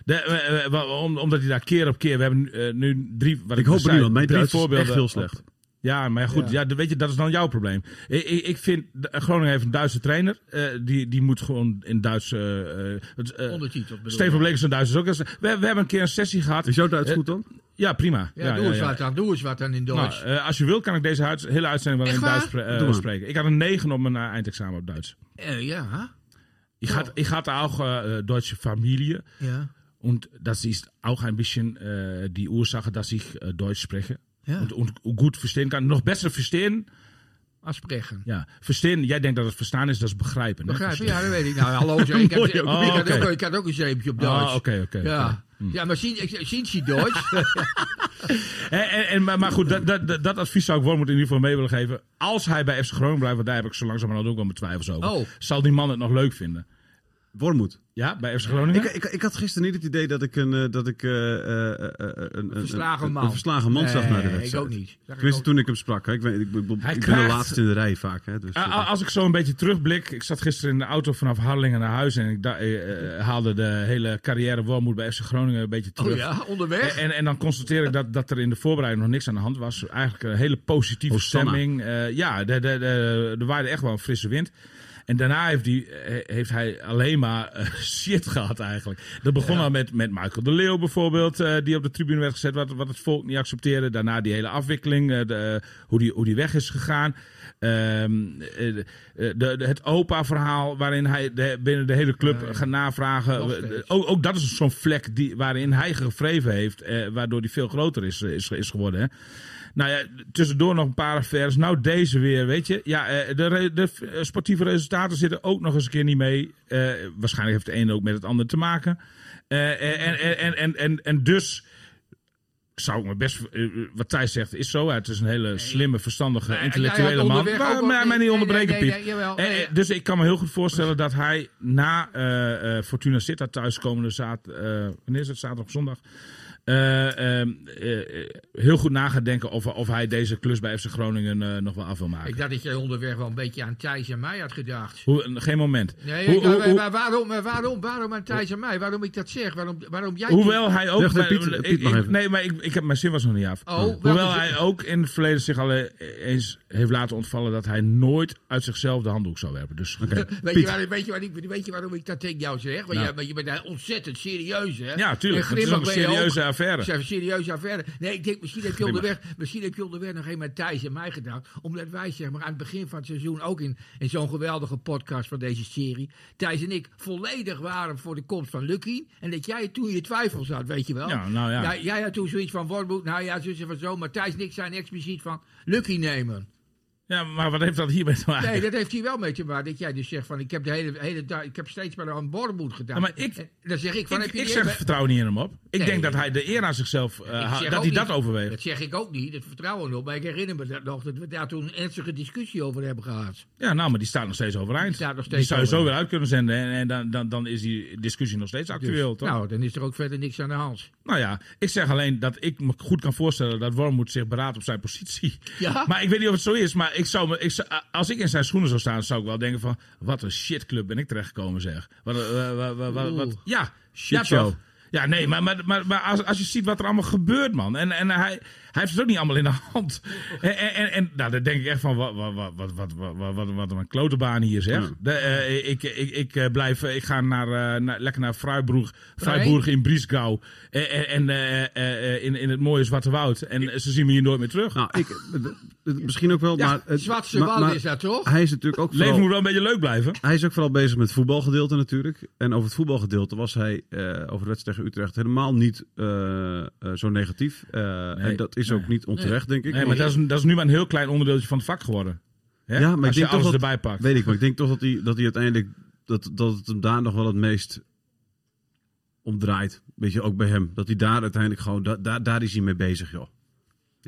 A: De, eh, eh, wa- om, omdat hij daar keer op keer, we hebben eh, nu drie, wat ik,
D: ik hoop
A: net
D: het
A: zei,
D: nu al. Mijn
A: drie
D: Duits is
A: voorbeelden.
D: echt heel slecht.
A: Ja, maar ja, goed, ja.
B: Ja.
A: d- weet je, dat is dan jouw probleem. Ik, ik, ik vind, de- Groningen heeft een Duitse trainer. eh, die, die moet gewoon in Duits... eh, eh, het, eh,
B: Ondertiteld bedoel
A: Steven
B: ik.
A: Bleek is een Duits. Is ook, een- we, we hebben een keer een sessie gehad.
D: Is jouw Duits
A: Eh,
D: goed dan?
A: Ja, prima.
B: Ja, doe eens eh, wat dan, doe eens wat dan in
A: Nou,
B: Duits.
A: eh, als je wil, kan ik deze huids- hele uitzending wel in
B: Echt
A: Duits
B: waar?
A: spre- eh,
D: Doe maar.
A: spreken. Ik had een 9 op mijn eh, eindexamen op Duits.
B: Eh, ja,
A: Ich,
B: Ja.
A: hat, ich hatte auch äh, deutsche Familie
B: ja.
A: und das ist auch ein bisschen äh, die Ursache, dass ich äh, Deutsch spreche
B: Ja.
A: und, und gut verstehen kann. Noch besser verstehen.
B: Afspreken.
A: Ja, verstehen. Jij denkt dat het verstaan is, dat is begrijpen. hè?
B: Begrijp je? Ja, dat weet ik. Nou, hallo, zeg, ik, had, ik,
A: ook.
B: had
A: Oh, oké.
B: ook, ik had ook een zeepje op Duits.
A: Ah, oké, oké. Hm. oké.
B: ja. ja, maar zien, ik- zien ze Duits?
A: En, Eh, en, en- maar, maar goed, dat, dat, dat, dat advies zou ik Wormoed in ieder geval mee willen geven. Als hij bij FC Groningen blijft, want daar heb ik zo langzamerhand ook wel mijn twijfels over.
B: Oh.
A: Zal die man het nog leuk vinden?
D: Wormoed.
A: Ja, bij FC Groningen.
D: Ik, ik, ik had gisteren niet het idee dat ik een, eh, dat ik, eh, eh, eh, eh, een,
B: verslagen
D: een-
B: man.
D: een verslagen man zag
B: Nee,
D: naar de
B: ik
D: wedstrijd.
B: ook niet. Zag ik
D: Tenminste,
B: ook
D: toen ik hem sprak. Hè. Ik, weet, ik, ik,
A: Hij
D: ik ben de
A: krijgt- Ah,
D: laatste in de rij vaak. Hè. Dus,
A: A- a- als ik zo een beetje terugblik, ik zat gisteren in de auto vanaf Harlingen naar huis en ik da- eh, eh, haalde de hele carrière Wormoed bij FC Groningen een beetje terug.
B: Oh ja, onderweg.
A: En, en dan constateer ik dat, dat er in de voorbereiding nog niks aan de hand was. Eigenlijk een hele positieve
D: Oh, Sanna.
A: stemming. Eh, ja, de- de- de- er waaide echt wel een frisse wind. En daarna heeft, die, he- heeft hij alleen maar eh, shit gehad eigenlijk. Dat begon al met, met Michael de Leeuw bijvoorbeeld, eh, die op de tribune werd gezet, wat, wat het volk niet accepteerde. Daarna die hele afwikkeling, eh, de, eh, hoe, die, hoe die weg is gegaan. Ehm, eh, de- eh, de, de- het opa-verhaal waarin hij de- binnen de hele club gaat navragen.
B: Nog
A: We-
B: steeds.
A: ook, ook dat is zo'n vlek die, waarin hij gevreven heeft, eh, waardoor die veel groter is, eh, is, is geworden. Hè? Nou ja, tussendoor nog een paar affaires. Nou, deze weer, weet je. Ja, eh, de, re- de f- eh, sportieve resultaten zitten ook nog eens een keer niet mee. Eh, waarschijnlijk heeft het een ook met het ander te maken. Eh, en, en, en, en, en, en dus zou ik me best... eh, wat Thijs zegt is zo. Het is een hele slimme, verstandige,
B: Nou jij
A: intellectuele
B: had
A: man.
B: onderweg ook
A: Maar
B: wel-
A: maar mij niet
B: nee, nee,
A: onderbreken,
B: nee,
A: Piet.
B: nee,
A: Eh,
B: jawel, nee,
A: eh,
B: Oh, ja.
A: Dus ik kan me heel goed voorstellen dat hij na eh, eh, Fortuna Sittard thuiskomende zaterdag... wanneer is het? Zaterdag of zondag? eh, ehm, eh, eh, heel goed na gaat denken of, of hij deze klus bij FC Groningen eh, nog wel af wil maken.
B: Ik dacht dat jij onderweg wel een beetje aan Thijs en mij had gedacht.
A: Hoe, geen moment.
B: Nee,
A: Hoe-
B: ik-
A: hoe-
B: maar,
A: hoe-
B: maar waarom, maar waarom, waarom aan Thijs en mij? Waarom ik dat zeg? Waarom, waarom jij...
A: hoewel hij ook...
D: Zeg, nee,
A: maar-
D: Piet-
A: ik-
D: Piet mag
A: ik-
D: even.
A: nee, maar ik, ik heb, mijn zin was nog niet af.
B: Oh, welke
A: hoewel
B: zin?
A: hij ook in het verleden zich al eh, eens heeft laten ontvallen dat hij nooit uit zichzelf de handdoek zou werpen. Dus
B: Weet je,
D: Piet.
B: waar, weet, je waar ik, weet je waarom ik dat tegen jou zeg? Want,
A: Nou.
B: jij, want je bent daar ontzettend serieus, hè?
A: ja, tuurlijk.
B: En
A: Het is ook een
B: grimmig ben je
A: serieuze affaire.
B: Het is een serieuze affaire. Nee, ik denk, misschien heb je onderweg, misschien heb je onderweg nog een met Thijs en mij gedaan. Omdat wij, zeg maar, aan het begin van het seizoen ook in, in zo'n geweldige podcast van deze serie, Thijs en ik volledig waren voor de komst van Lucky. En dat jij toen je twijfels had, weet je wel.
A: Ja, nou ja.
B: jij had toen zoiets van, Wormoed, nou ja, zus en van zo. Maar Thijs en ik zijn expliciet van, Lucky nemen.
A: Ja, maar wat heeft dat hiermee te maken?
B: Nee, dat heeft hier wel mee te maken. Dat jij dus zegt van, ik heb, de hele, hele, dag- ik heb steeds maar aan Wormoed gedaan.
A: Ja, maar ik-
B: En dan zeg ik van,
A: ik
B: heb je
A: ik
B: die
A: zeg
B: hele-
A: vertrouw niet in hem op. Ik
B: Nee.
A: denk dat hij de eer aan zichzelf... eh,
B: Ik
A: houdt,
B: zeg
A: dat
B: ook
A: hij dat
B: niet-
A: overweegt.
B: Dat zeg ik ook niet, dat vertrouwen op. Maar ik herinner me dat nog, dat we daar toen een ernstige discussie over hebben gehad.
A: Ja, nou, maar die staat nog steeds overeind.
B: Die staat nog steeds
A: Die zou je zo
B: overeind.
A: weer uit kunnen zenden. En, en dan, dan, dan is die discussie nog steeds
B: Dus,
A: actueel, toch? Nou.
B: Nou, dan is er ook verder niks aan de hand.
A: ja, ik zeg alleen dat ik me goed kan voorstellen dat Wormoed zich beraadt op zijn positie.
B: Ja?
A: Maar ik weet niet of het zo is, maar ik zou me, ik, zou- als ik in zijn schoenen zou staan, zou ik wel denken van... Wat een shitclub ben ik terechtgekomen, zeg. Wat, eh, wa- wa- wa- wa- wat-
B: Oeh.
A: ja,
D: Shitshow.
A: ja, toch? Ja, nee, maar, maar, maar, maar als, als je ziet wat er allemaal gebeurt, man. En, en hij, hij heeft het ook niet allemaal in de hand. En, en, en- en nou, dan denk ik echt van, wat, wat, wat, wat, wat, wat, wat, wat een klote baan hier, zeg.
B: Hmm.
D: Ja.
A: De, eh, ik, ik, ik eh, blijf, eh, ik ga naar, eh, naar, lekker naar Freiburg, Freiburg in Briesgau. En, en, en eh, eh, eh, in, in het mooie Zwarte Woud. En eh, ze zien me hier nooit meer terug.
D: Nou, ik, eh, eh, misschien ook wel,
A: Ja,
D: maar... het-
B: Zwartse
D: maar-
B: bal
D: maar
B: is dat toch?
D: Hij is natuurlijk ook
A: Leven
D: vooral-
A: moet wel een beetje leuk blijven.
D: Hij is ook vooral bezig met het voetbalgedeelte natuurlijk. En over het voetbalgedeelte was hij eh, over de wedstrijd tegen Utrecht helemaal niet eh, eh, zo negatief. Eh, en dat is
A: nee.
D: ook niet onterecht, denk ik.
A: Nee, maar dat is, dat is nu maar een heel klein onderdeeltje van het vak geworden. Hè?
D: Ja, maar ik
A: Als je
D: denk toch
A: alles
D: dat-
A: erbij pakt.
D: Weet ik, maar ik denk toch dat hij, dat hij uiteindelijk... Dat, dat het hem daar nog wel het meest omdraait. Weet je, ook bij hem. Dat hij daar uiteindelijk gewoon... da- daar, daar is hij mee bezig, joh. Weet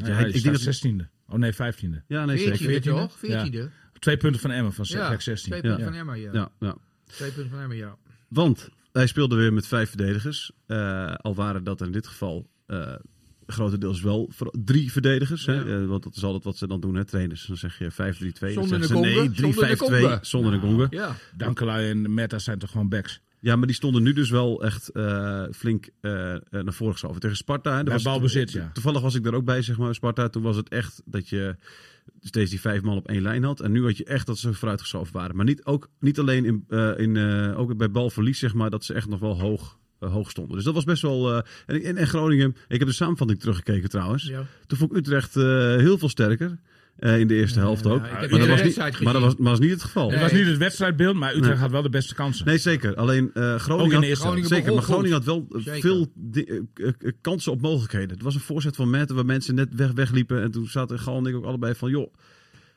D: je,
A: Ja,
D: hij,
A: ik
D: ik denk dat...
A: 16e. Oh nee, 15e.
D: Ja, nee, zeker.
B: 14e toch?
A: 14e? Ja.
B: 14e?
A: Twee punten van Emmen van
B: Ja,
A: ja, 16.
B: twee punten
D: Ja.
B: van Emma, ja.
D: Ja, ja.
B: Twee punten van Emma, ja.
D: Want hij speelde weer met vijf verdedigers. Eh, al waren dat in dit geval eh, grotendeels wel voor drie verdedigers. Hè?
B: Ja.
D: Eh, want dat is altijd wat ze dan doen, hè, trainers. Dan zeg je 5-3-2. Dan
B: Zonder
D: zeggen ze
B: Ngonge,
D: nee,
B: zonder
D: 3-5-2.
B: Ngonge.
D: Zonder een gonge.
B: Ja,
A: Nou, Dankelui en Meta zijn toch gewoon backs.
D: Ja, maar die stonden nu dus wel echt eh, flink eh, eh, naar voren geschoven. Tegen Sparta. hè, daar
A: Bij
D: was het-
A: balbezit, ja.
D: Toevallig was ik daar ook bij, zeg maar, Sparta. Toen was het echt dat je steeds die vijf man op één lijn had. En nu had je echt dat ze vooruitgeschoven waren. Maar niet, ook, niet alleen in, eh, in, eh, ook bij balverlies, zeg maar, dat ze echt nog wel hoog, eh, hoog stonden. Dus dat was best wel... eh, en, en, en Groningen, ik heb de samenvatting teruggekeken trouwens.
B: ja.
D: Toen vond ik Utrecht eh, heel veel sterker. eh, in de eerste helft ook.
B: ik heb de
D: maar, dat was niet,
B: wedstrijd
D: maar dat was,
B: gezien.
D: maar was niet het geval.
B: Nee.
A: Het was niet het wedstrijdbeeld, maar Utrecht
D: Nee.
A: had wel de beste kansen.
D: Nee, zeker. Alleen eh, Groningen,
A: Ook in de
D: had-
A: eerste
B: Groningen
D: zeker,
B: begon
D: maar Groningen had
B: goed.
D: wel eh,
B: Zeker.
D: veel di- eh, eh, eh, kansen op mogelijkheden. Het was een voorzet van Merten waar mensen net weg, wegliepen. En toen zaten Gal en ik ook allebei van, joh,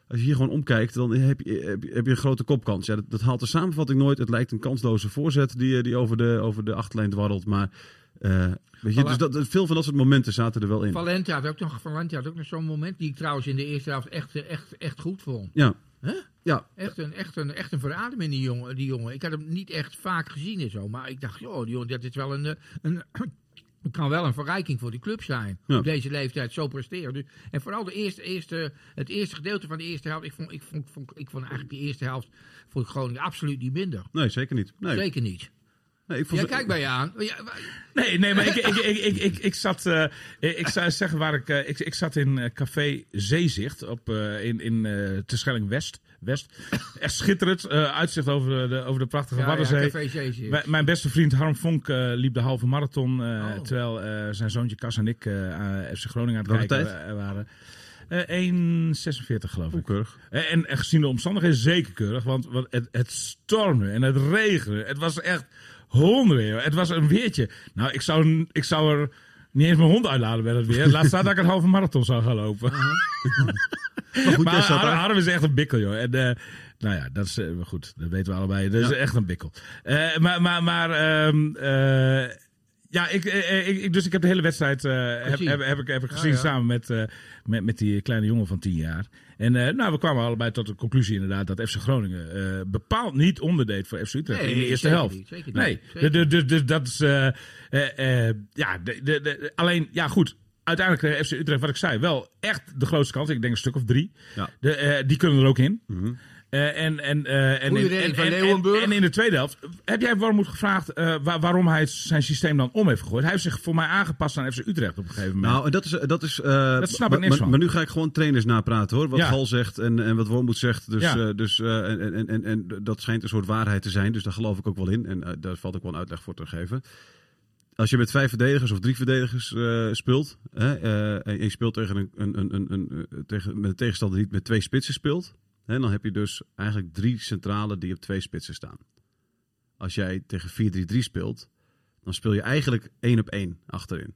D: als je hier gewoon omkijkt, dan heb je, heb je, heb je een grote kopkans. Ja, dat, dat haalt de samenvatting nooit. Het lijkt een kansloze voorzet die, eh, die over, de, over de achterlijn dwarrelt. Maar eh, weet je,
B: Voilà.
D: dus dat, dat- veel van dat soort momenten zaten er wel in.
B: Valente had ook nog, Valente had ook nog zo'n moment die ik trouwens in de eerste helft echt, eh, echt, echt goed vond.
D: Ja.
B: Hè?
D: Ja,
B: Echt een, echt een, echt een verademing, die jongen, die jongen. Ik had hem niet echt vaak gezien en zo. Maar ik dacht, joh, die jongen, dat is wel een. eh, een het kan wel een verrijking voor die club zijn.
D: Ja.
B: Op deze leeftijd zo presteren. Dus, en vooral de eerste, eerste, het eerste gedeelte van de eerste helft. Ik vond, ik vond, vond- ik vond eigenlijk de eerste helft. Vond ik Groningen absoluut niet minder.
D: nee, zeker niet. Nee.
B: Zeker niet.
D: Nee, ik vond
B: Jij
D: ze-
B: kijkt bij je aan. Ja, wa-
A: Nee, nee, maar ik, ik, ik, ik, ik, ik zat. eh, ik, ik zou zeggen waar ik. eh, ik, ik zat in eh, Café Zeezicht op, eh, in, in eh Terschelling West. West. Echt schitterend. eh, uitzicht over de, over de prachtige
B: ja, ja,
A: Waddenzee.
B: Café Zeezier.
A: Mijn- mijn beste vriend Harm Vonk eh, liep de halve marathon. eh,
B: Oh.
A: Terwijl eh, zijn zoontje Cas en ik eh, aan FC Groningen aan
D: Welke
A: het kijken wa- waren. Eh 1,46 geloof ik. Eh,
D: Keurig.
A: En, en gezien de omstandigheden zeker keurig. Want, want het, het stormde en het regende. Het was echt hondenweer. Het was een weertje. Nou, ik zou, ik zou er niet eens mijn hond uitladen bij dat weer. Laat staan dat ik een halve marathon zou gaan lopen.
D: Maar goed, jij
A: Maar
D: zat
A: Harm,
D: daar.
A: Harm is echt een bikkel, joh. En, eh, nou ja, dat is eh, maar goed. Dat weten we allebei. Dat is
D: Ja.
A: echt een bikkel. Eh, maar, maar, maar ehm, eh, ja, ik, eh, ik, ik- dus ik heb de hele wedstrijd eh, heb,
B: Gezien.
A: heb, heb ik, heb ik gezien
B: ja.
A: samen met, eh, met, met die kleine jongen van 10 jaar. En eh, nou, we kwamen allebei tot de conclusie inderdaad dat FC Groningen eh, bepaald niet onderdeed voor FC Utrecht in de eerste
B: zeker
A: helft.
B: niet, zeker niet.
A: Nee,
B: Zeker
A: dus, dus, dus dat is. eh, eh, eh, ja, de, de, de- alleen, ja, goed. Uiteindelijk kreeg FC Utrecht, wat ik zei, wel echt de grootste kans. Ik denk een stuk of drie.
D: Ja.
A: De, eh, die kunnen er ook in.
D: Mhm.
A: Eh, en, en, eh, en,
B: Goeie
A: in-
B: redding
A: en,
B: van
A: en- en-
B: Leeuwenburg.
A: en in de tweede helft heb jij Wormoed gevraagd eh, waar- waarom hij zijn systeem dan om heeft gegooid. Hij heeft zich voor mij aangepast aan FC Utrecht op een gegeven moment.
D: Nou, en dat is. Dat, is, eh,
A: snap ik
D: maar-
A: niks
D: maar,
A: van.
D: Maar nu ga ik gewoon trainers napraten hoor. Wat
A: Ja.
D: Gal zegt en, en wat Wormoed zegt. Dus,
A: Ja.
D: eh, dus, eh, en, en, en, en dat schijnt een soort waarheid te zijn. Dus daar geloof ik ook wel in. En eh, daar valt ook wel een uitleg voor te geven. Als je met vijf verdedigers of drie verdedigers eh, speelt. Hè, eh, en je speelt tegen een, een, een, een, een, eh, tegen, met een tegenstander die met twee spitsen speelt. Hè, dan heb je dus eigenlijk drie centralen die op twee spitsen staan. Als jij tegen 4-3-3 speelt, dan speel je eigenlijk één op één achterin.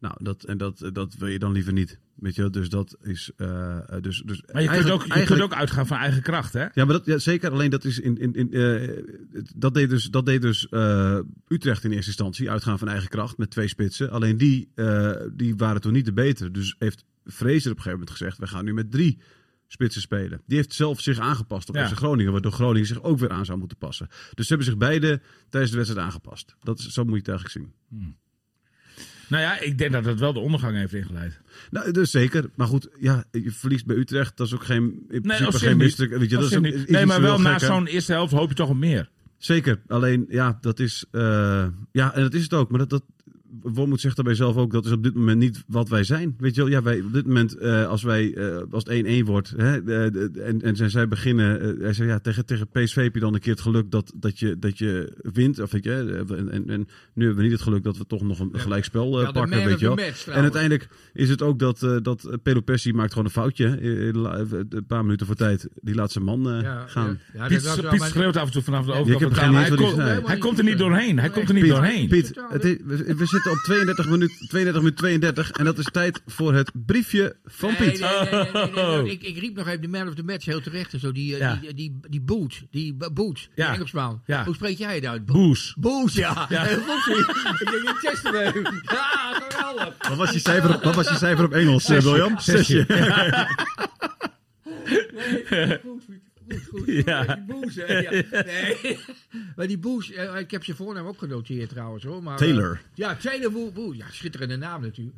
D: Nou, dat, en dat, dat wil je dan liever niet. Weet je, wel? dus dat is. eh, dus, dus
A: maar je, kunt,
D: eigenlijk-
A: ook, je
D: eigenlijk-
A: kunt ook uitgaan van eigen kracht, hè?
D: Ja, maar dat, ja, zeker. Alleen dat is in. in, in eh, het- dat deed dus, dat deed dus eh, Utrecht in eerste instantie. Uitgaan van eigen kracht met twee spitsen. Alleen die, eh, die waren toen niet de betere. Dus heeft Fraser op een gegeven moment gezegd: we gaan nu met drie spitsen spelen. Die heeft zelf zich aangepast op
A: Ja.
D: FC Groningen. Waardoor Groningen zich ook weer aan zou moeten passen. Dus ze hebben zich beide tijdens de wedstrijd aangepast. Dat is, zo moet je het eigenlijk zien.
A: Nou ja, ik denk dat dat wel de ondergang heeft ingeleid.
D: Nou, dus zeker. Maar goed, ja, je verliest bij Utrecht. Dat is ook geen, in principe
A: op zich
D: geen
A: niet.
D: misdruk. Weet je,
A: Op
D: dat is
A: zich
D: ook-
A: niet.
D: is
A: nee,
D: iets
A: maar wel
D: heel
A: na
D: gek, hè?
A: zo'n eerste helft hoop je toch op meer.
D: Zeker. Alleen, ja, dat is... eh, ja, en dat is het ook. Maar dat... dat Wormoed zegt daarbij zelf ook, dat is op dit moment niet wat wij zijn. Weet je wel, ja, wij, op dit moment, eh, als, wij, eh, als het 1-1 wordt hè, de- de- en, en zijn zij beginnen, eh, hij zei, ja, tegen, tegen PSV heb je dan een keer het geluk dat, dat, je, dat je wint. Of, weet je, eh, en, en, en nu hebben we niet het geluk dat we toch nog een gelijkspel eh,
B: Ja, de
D: pakken,
B: man
D: weet
B: of
D: je
B: the
D: wel.
B: match,
D: En
B: trouwens.
D: uiteindelijk is het ook dat, eh dat eh, Pedro Pessi maakt gewoon een foutje. hè, in de la- eh, Een paar minuten voor tijd. Die laat zijn man eh,
B: Ja,
D: gaan.
B: ja. Ja, dat
A: Piet,
B: was wel,
A: Piet
B: maar-
A: schreeuwt af en toe vanaf de
D: ik
A: overkant
D: heb
A: van de
D: geen
A: tafel. Hij,
D: idee wat
A: komt-
D: hij
A: hij
D: zei.
A: komt er niet doorheen. Hij komt er niet
D: Piet,
A: doorheen.
D: Piet, het is- we, we zitten op 32 minuten 32 minuten 32 en dat is tijd voor het briefje van
B: Nee,
D: Piet.
B: nee, nee, nee, nee, nee, nee. Ik, ik riep nog even de man of the match heel terecht. en Zo, die, eh,
A: Oh. Ja.
B: die, die, die Boet, die B- Boet, die
A: Ja.
B: Engelsman.
A: Ja.
B: Hoe spreek jij het uit? Bo-
A: Boes.
B: Boet, ja.
A: Ja.
B: Heel goed. Ik denk, ik test hem even. Ja, geweldig.
D: Wat was je cijfer op, wat was je cijfer op Engels, eh, William?
A: Zesje.
B: Goed, goed, goed. Ja. Die Boes, hè. Ja. Nee. Maar die Boes, eh, ik heb zijn voornaam ook genoteerd trouwens hoor. Maar, eh,
D: Taylor.
B: ja, Taylor Boe. Boe. Ja, schitterende naam natuurlijk.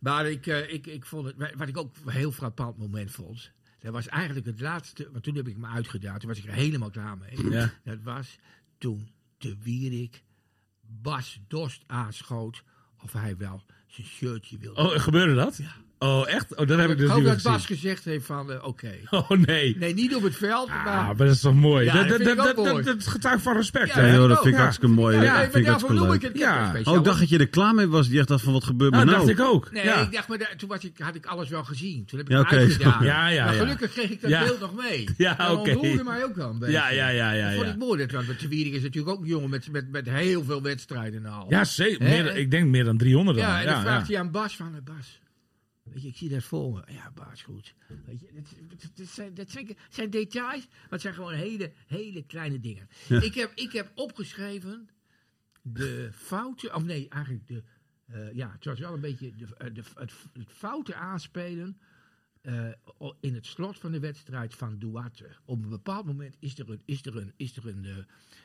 B: Maar ik, eh, ik, ik vond het, wat ik ook een heel frappant moment vond. Dat was eigenlijk het laatste, want toen heb ik me uitgedaan. Toen was ik er helemaal klaar mee.
A: Ja.
B: Dat was toen de Wierik Bas Dost aanschoot of hij wel zijn shirtje wilde.
A: Oh, gebeurde dat? Oh, echt? Oh, dat heb ik
B: ik
A: dus
B: hoop
A: niet meer
B: dat Bas
A: gezien.
B: gezegd heeft van, eh, oké.
A: Oh, nee.
B: Nee, niet op het veld,
A: Ah,
B: maar...
A: maar dat is toch mooi.
B: Ja,
A: dat,
B: dat
A: dat,
B: vind ik
A: dat,
B: ook
A: dat,
B: mooi.
A: dat getuigt van respect.
B: Ja,
A: hè?
D: Ja, joh,
B: ik
D: dat
B: ook.
D: vind ik
A: Ja.
D: hartstikke mooi.
B: Ja,
D: Ja,
B: nee,
D: vind
B: maar
D: ik
B: daarvoor
D: hartstikke
B: noem ik het.
D: leuk.
B: Ik heb
A: Ja.
B: het speciaal.
D: Oh, ik dacht dat je er klaar mee was. Die echt dacht van, wat gebeurt me
A: Nou,
D: nou?
A: dacht ik ook.
B: Nee,
A: ja.
B: ik dacht, maar daar- toen was ik, had ik alles wel gezien. Toen heb ik
D: Ja,
B: het
D: oké.
B: uitgedaan.
A: Ja, ja,
B: maar
A: ja.
B: gelukkig kreeg ik dat
A: Ja.
B: beeld nog mee.
A: Ja,
B: Dat
A: oké.
B: ontroerde mij ook wel een beetje.
A: ja, ja, ja, ja.
B: Dat vond
A: ja.
B: ik mooi. Dat, want de Wierik is natuurlijk ook een jongen met, met, met heel veel wedstrijden al.
A: Ja, zeker.
B: Hè?
A: Meer, ik denk meer dan 300 dan.
B: Ja, en dan
A: ja,
B: vraagt
A: ja.
B: hij aan Bas van, eh, Bas, weet je, ik zie dat voor me. Ja, Bas, goed. Weet je, dat, dat, dat zijn, dat zijn, zijn details, maar het zijn gewoon hele, hele kleine dingen. Ik, heb, ik heb opgeschreven de fouten, of nee, eigenlijk de, eh, ja, het was wel een beetje de, eh, de, het, het foute aanspelen eh, o- in het slot van de wedstrijd van Duarte. Op een bepaald moment is er een, is er een, is er een, eh,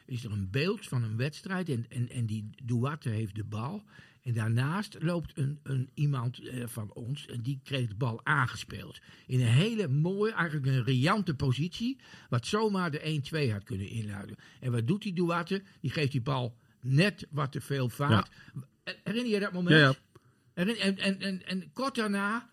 B: is er een beeld van een wedstrijd en, en, en die Duarte heeft de bal. En daarnaast loopt een, een iemand eh, van ons en die kreeg de bal aangespeeld. In een hele mooie, eigenlijk een riante positie, wat zomaar de 1-2 had kunnen inluiden. En wat doet die Duarte? Die geeft die bal net wat te veel vaart. Herinner je dat moment?
D: Ja, ja.
B: En, en, en, en, en kort daarna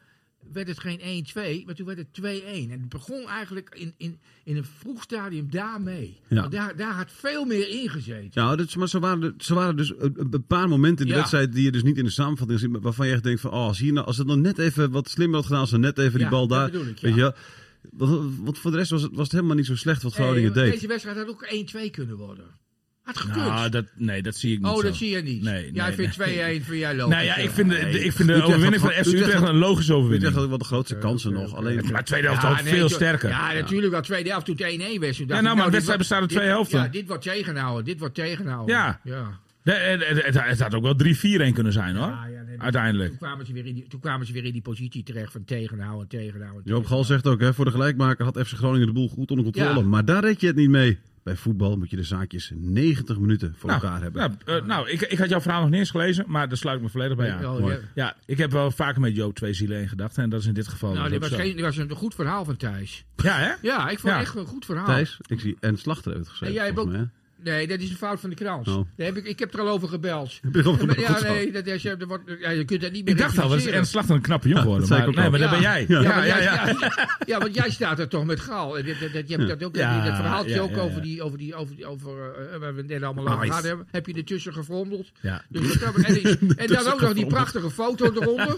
B: werd het geen 1-2, maar toen werd het 2-1. En het begon eigenlijk in, in, in een vroeg stadium daarmee.
D: Ja.
B: Want Daar, daar had veel meer ingezeten.
D: Ja, dat is- maar zo waren, er- zo waren dus een, een- een paar momenten in de
B: Ja.
D: wedstrijd die je dus niet in de samenvatting ziet, maar waarvan je echt denkt van, oh, als, hier nou, als het dan net even wat slimmer had gedaan, als ze net even die
B: Ja,
D: bal
B: dat
D: daar,
B: bedoel ik,
D: weet
B: ja.
D: je wel. Want, want voor de rest was het, was het helemaal niet zo slecht wat Groningen
B: Hey,
D: deed.
B: Deze wedstrijd had ook 1-2 kunnen worden. Had gekund.
A: Nou, dat, nee, dat zie ik niet
B: oh,
A: zo.
B: dat zie je niet.
A: Nee,
B: jij
A: nee,
B: vindt
A: nee.
B: 2-1, vind jij logisch.
A: Nou ja, ik vind de, de- ik vind de
D: Utrecht had-
A: overwinning van FC
D: Utrecht
A: Utrecht
D: had-
A: een logische
D: Utrecht had
A: overwinning.
D: ook wel de grootste kansen nog. Alleen,
A: Maar tweede helft had
B: nee,
A: veel
B: to-
A: sterker.
B: Ja, natuurlijk. Dat tweede helft toen het 1-1 werd. toen dacht ik,
A: nou, maar een
B: dit
A: wedstrijd
B: wordt-
A: bestaat uit
B: dit-
A: twee helften.
B: Ja, dit wordt tegenhouden. Dit wordt tegenhouden.
A: Ja.
B: ja. Ah,
A: Nee, Het, het- het- het had ook wel 3-4-1 kunnen zijn hoor.
B: ja, nee,
A: Oh, Uiteindelijk.
B: Toen kwamen, ze weer in die, toen kwamen ze weer in die positie terecht van tegenhouden, tegenhouden.
D: Joop Gal zegt ook, hè, voor de gelijkmaker had FC Groningen de boel goed onder controle.
B: Ja.
D: Maar daar red je het niet mee. Bij voetbal moet je de zaakjes 90 minuten voor
A: Nou,
D: elkaar hebben.
A: nou, eh, nou ik, ik had jouw verhaal nog niet eens gelezen, maar daar sluit ik me volledig bij
B: Ja,
A: aan.
B: wel,
D: mooi.
B: Oh, ja.
A: Ja, ik heb wel vaker met Joop twee zielen in gedachten en dat is in dit geval.
B: Nou,
A: dus
B: dit
A: ook
B: was,
A: zo.
B: geen, dit was een goed verhaal van Thijs.
A: Ja, hè?
B: Ja, ik vond
A: Ja.
B: echt een goed verhaal.
D: Thijs, ik zie en Slachter heeft het
B: nou.
D: gezegd.
B: En jij hebt
D: volgens mij, hè.
B: Nee, dat is een fout van de krant.
D: Oh.
B: Daar heb ik, ik heb er al over gebeld.
D: Heb je nog
B: Maar
D: goed
B: ja,
D: zo?
B: nee, dat, dat, dat wordt, ja, je kunt dat niet meer
A: Ik dacht al, dat is
B: rectificeren.
A: en slacht een knappe jongen geworden.
D: dat zei
A: maar,
D: ik ook
A: nee, maar
D: al.
A: dat ben jij.
B: Ja,
A: Ja,
B: want
A: ja,
B: jij,
A: ja.
B: ja. ja, want jij staat er toch met Gaal. En dit- dat- dat- Je hebt dat ook,
A: Ja,
B: dat- dat verhaaltje
A: ja,
B: ook
A: ja, ja.
B: over die, over die, over die, over, eh, waar we het net allemaal over
A: Nice.
B: gehad hebben. Heb je ertussen gefrommeld.
A: Ja.
B: Dus wat dat betreft- en, en dan ook nog die prachtige foto eronder.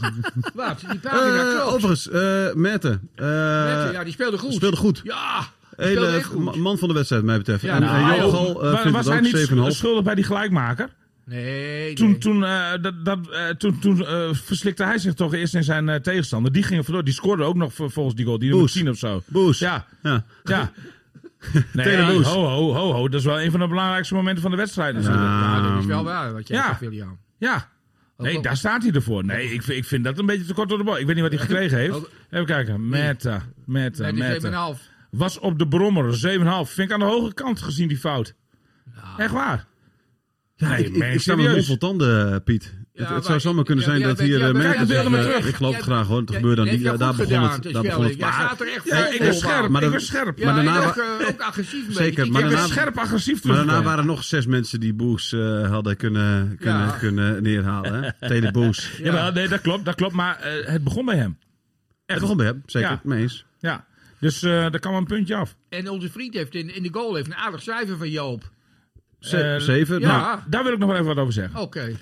B: Wat, die pagina
D: Eh,
B: klopt.
D: overigens, eh Mette. eh,
B: Mensen, ja, die speelde goed.
D: speelde goed.
B: Ja, die speelde
D: Hele
B: echt goed.
D: ma- man van de wedstrijd, mij betreft.
B: Ja,
D: en
B: nou,
D: en Johan
B: joh.
D: Gal eh,
A: Maar
D: vindt
A: was hij niet
D: het ook 7,5.
A: schuldig bij die gelijkmaker?
B: Nee,
A: Toen,
B: nee.
A: toen, eh, dat, dat, eh, toen, toen eh, verslikte hij zich toch eerst in zijn eh, tegenstander. Die ging er vandoor. Die scoorde ook nog vol- volgens die goal. Die nummer
D: Boes.
A: 10 of zo.
D: Boes.
A: Ja,
D: Ja.
A: ja. Nee,
D: Taylor
A: ja,
D: Boes.
A: ho, ho, ho, ho. Dat is wel een van de belangrijkste momenten van de wedstrijd natuurlijk. Ja.
B: Ja, Nou, dat is wel waar wat jij
A: Ehm, ja.
B: zegt, William. Oh,
A: Nee,
B: wel-
A: daar staat hij ervoor. Nee, ik, vind- ik vind dat een beetje te kort door de bal. Ik weet niet wat hij gekregen heeft.
B: Ook-
A: Even kijken. Meta, meta,
B: Met die 7,5.
A: meta. Was op de brommer, 7,5. Vind ik aan de hoge kant gezien die fout. Echt waar.
D: Nou. Ja,
A: Nee,
D: ik, ik,
A: meen
D: ik
A: je
D: sta met
A: serieus?
D: mond vol tanden, eh, Piet. het,
B: maar
D: het zou zomaar kunnen
B: ja,
D: zijn
B: maar
D: dat
B: jij bent-
D: hier
B: jij
D: eh,
A: jij
B: bent-
D: Mette...
A: bent helemaal
D: eh,
A: terug.
D: Ik geloof het
B: Jij-
D: graag hoor, het
B: jij-
D: gebeurde dan
B: jij
D: niet. Ja,
B: hebt
D: Daar
B: goed
D: begon
B: gedaan,
D: het.
B: dus
D: Daar begon
B: wel,
D: het.
B: jij
D: Maar-
B: staat er echt
A: Ja,
B: vol
A: ik
B: voor,
A: ben
B: man.
A: scherp.
D: maar
A: ik
D: dan-
A: ben scherp.
B: Ja,
D: Maar
B: ik
D: daarna
B: was,
D: wa-
B: eh, ook agressief mee.
D: Zeker,
B: Ik-
D: maar
B: ik
A: ik ben
B: was-
D: daarna-
A: scherp agressief
D: Maar daarna
A: teruggekomen.
D: waren er nog zes mensen die Boes eh, hadden kunnen, kunnen,
B: Ja.
D: kunnen neerhalen. hè. Tele Boes.
A: Ja, maar, nee, dat klopt, dat klopt. Maar eh, het begon bij hem.
D: Het begon bij hem, zeker.
A: Ja.
D: Mee eens.
A: Ja. Dus eh, daar kan wel een puntje af.
B: En onze vriend heeft in, in de goal heeft een aardig cijfer van Joop.
D: Ze-
A: Eh,
D: zeven.
B: ja.
D: nou,
A: Daar wil ik nog wel even wat over zeggen.
B: Oké.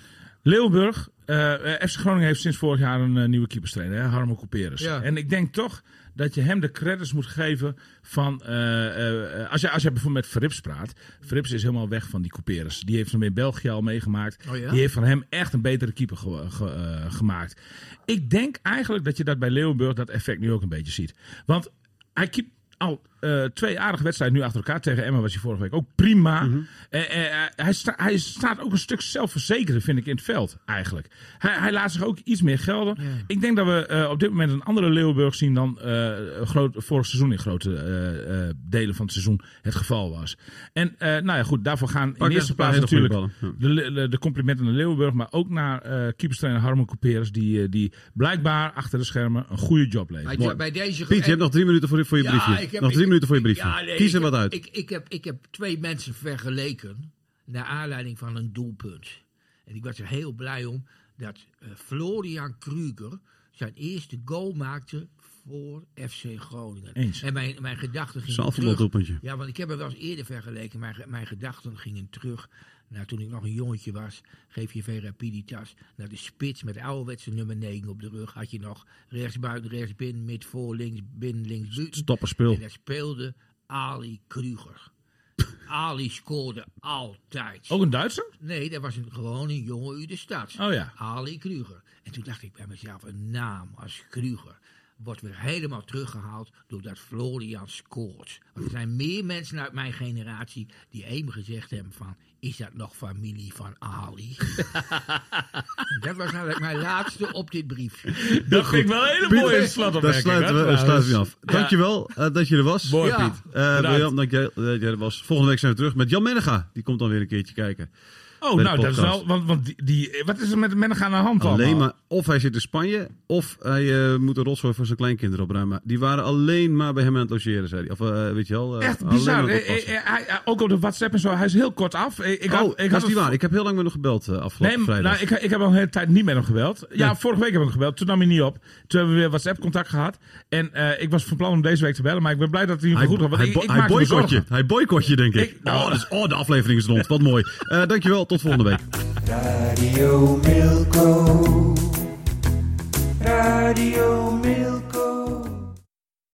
A: Leeuwburg, eh, eh, FC Groningen heeft sinds vorig jaar een eh, nieuwe keeperstrainer, hè, Harmo Couperus.
B: Ja.
A: En ik denk toch dat je hem de credits moet geven van... eh, eh, als, je, als je bijvoorbeeld met Verrips praat. Verrips is helemaal weg van die Couperus. Die heeft hem in België al meegemaakt.
B: Oh ja?
A: Die heeft van hem echt een betere keeper ge- ge- eh, gemaakt. Ik denk eigenlijk dat je dat bij Leeuwenburg dat effect nu ook een beetje ziet. Want hij keept al eh, twee aardige wedstrijden nu achter elkaar. Tegen Emma was hij vorige week ook prima.
D: Mhm.
A: Eh, eh, eh, hij, sta- hij staat ook een stuk zelfverzekerder, vind ik, in het veld eigenlijk. Hij, hij laat zich ook iets meer gelden. Ik denk dat we eh, op dit moment een andere Leeuwenburg zien dan eh, groot, vorig seizoen in grote eh, eh, delen van het seizoen het geval was. En eh, nou ja, goed, daarvoor gaan
D: Pak
A: in
D: echt
A: eerste
D: een paar
A: plaats
D: hele goede
A: natuurlijk
D: ballen.
A: de, le- le- de complimenten naar Leeuwenburg, maar ook naar eh keeperstrainer Harmon Couperus, die, eh, die blijkbaar achter de schermen een goede job
B: Bij,
A: levert.
D: Mooi.
B: bij deze ge-
D: Piet, je hebt nog drie minuten voor je, voor je
B: Ja,
D: briefje.
B: ik heb-
D: nog drie
B: ik-
D: minuten voor je briefje.
B: ja, nee,
D: Kies
B: ik
D: er
B: heb-
D: wat uit.
B: Ik, ik, heb, ik heb twee mensen vergeleken naar aanleiding van een doelpunt. En ik was er heel blij om dat eh, Florian Kruger zijn eerste goal maakte voor FC Groningen.
A: Eens.
B: En mijn, mijn gedachten gingen terug.
D: Zaalvoetbaldoelpuntje.
B: Ja, want ik heb het wel eens eerder vergeleken. Mijn, ge- mijn gedachten gingen terug naar toen ik nog een jongetje was. Geef je Rapiditas naar de spits met de ouderwetse nummer 9 op de rug. Had je nog rechts buiten, rechts binnen, mid voor, links binnen, links buiten.
D: Stopperspul.
B: En daar speelde Ali Kruger. Ali scoorde altijd.
A: Ook een Duitser?
B: Nee, dat was een, gewoon een jongen uit de stad.
A: Oh ja.
B: Ali Kruger. En toen dacht ik bij mezelf, een naam als Kruger. wordt weer helemaal teruggehaald doordat Florian scoort. Want er zijn meer mensen uit mijn generatie die even gezegd hebben van... Is dat nog familie van Ali? En dat was eigenlijk mijn laatste op dit briefje.
A: Dat vind ik wel een hele mooie
D: Piet, Daar
A: slotopmerking.
D: sluiten
A: hè,
D: we, daar
A: trouwens.
D: sluiten we af. Dankjewel eh, dat je er was.
A: Mooi,
B: Ja.
A: Piet.
D: Eh
A: Bedankt.
D: Briljant, dank jij eh, dat jij er was. Volgende week zijn we terug met Jan Mennega. Die komt dan weer een keertje kijken.
A: Oh,
D: Bij de
A: nou, dat is
D: podcast.
A: wel... Want, want die, die, wat is er met Menega aan de hand
D: Alleen
A: allemaal?
D: maar, of hij zit in Spanje, of hij eh, moet een rotzooi voor zijn kleinkinderen opruimen. Die waren alleen maar bij hem aan het logeren, zei hij. Of eh, weet je wel. eh,
A: Echt
D: alleen
A: bizar.
D: maar
A: Eh,
D: oppassen.
A: eh, eh, hij- eh, ook op de WhatsApp en zo. Hij is heel kort af. Eh, Ik
D: oh, dat is niet waar. Ik heb heel lang met nog gebeld eh, afgelopen
A: Nee, maar-
D: vrijdag.
A: nou, ik, ik heb al een hele tijd niet met hem gebeld. Ja, vorige week heb ik hem gebeld. Toen nam hij niet op. Toen hebben we weer WhatsApp-contact gehad. En eh, ik was van plan om deze week te bellen. Maar ik ben blij dat hij
D: hij,
A: goed gaat. Want
D: hij,
A: ik,
D: bo-
A: ik
D: hij
A: maakte me
D: boycott je.
A: zorgen.
D: Hij boycott je, denk ik.
A: Ik- nou,
D: oh, dus, oh, de aflevering is rond. Wat mooi. Eh, dankjewel. Tot volgende week.
C: Radio Milko.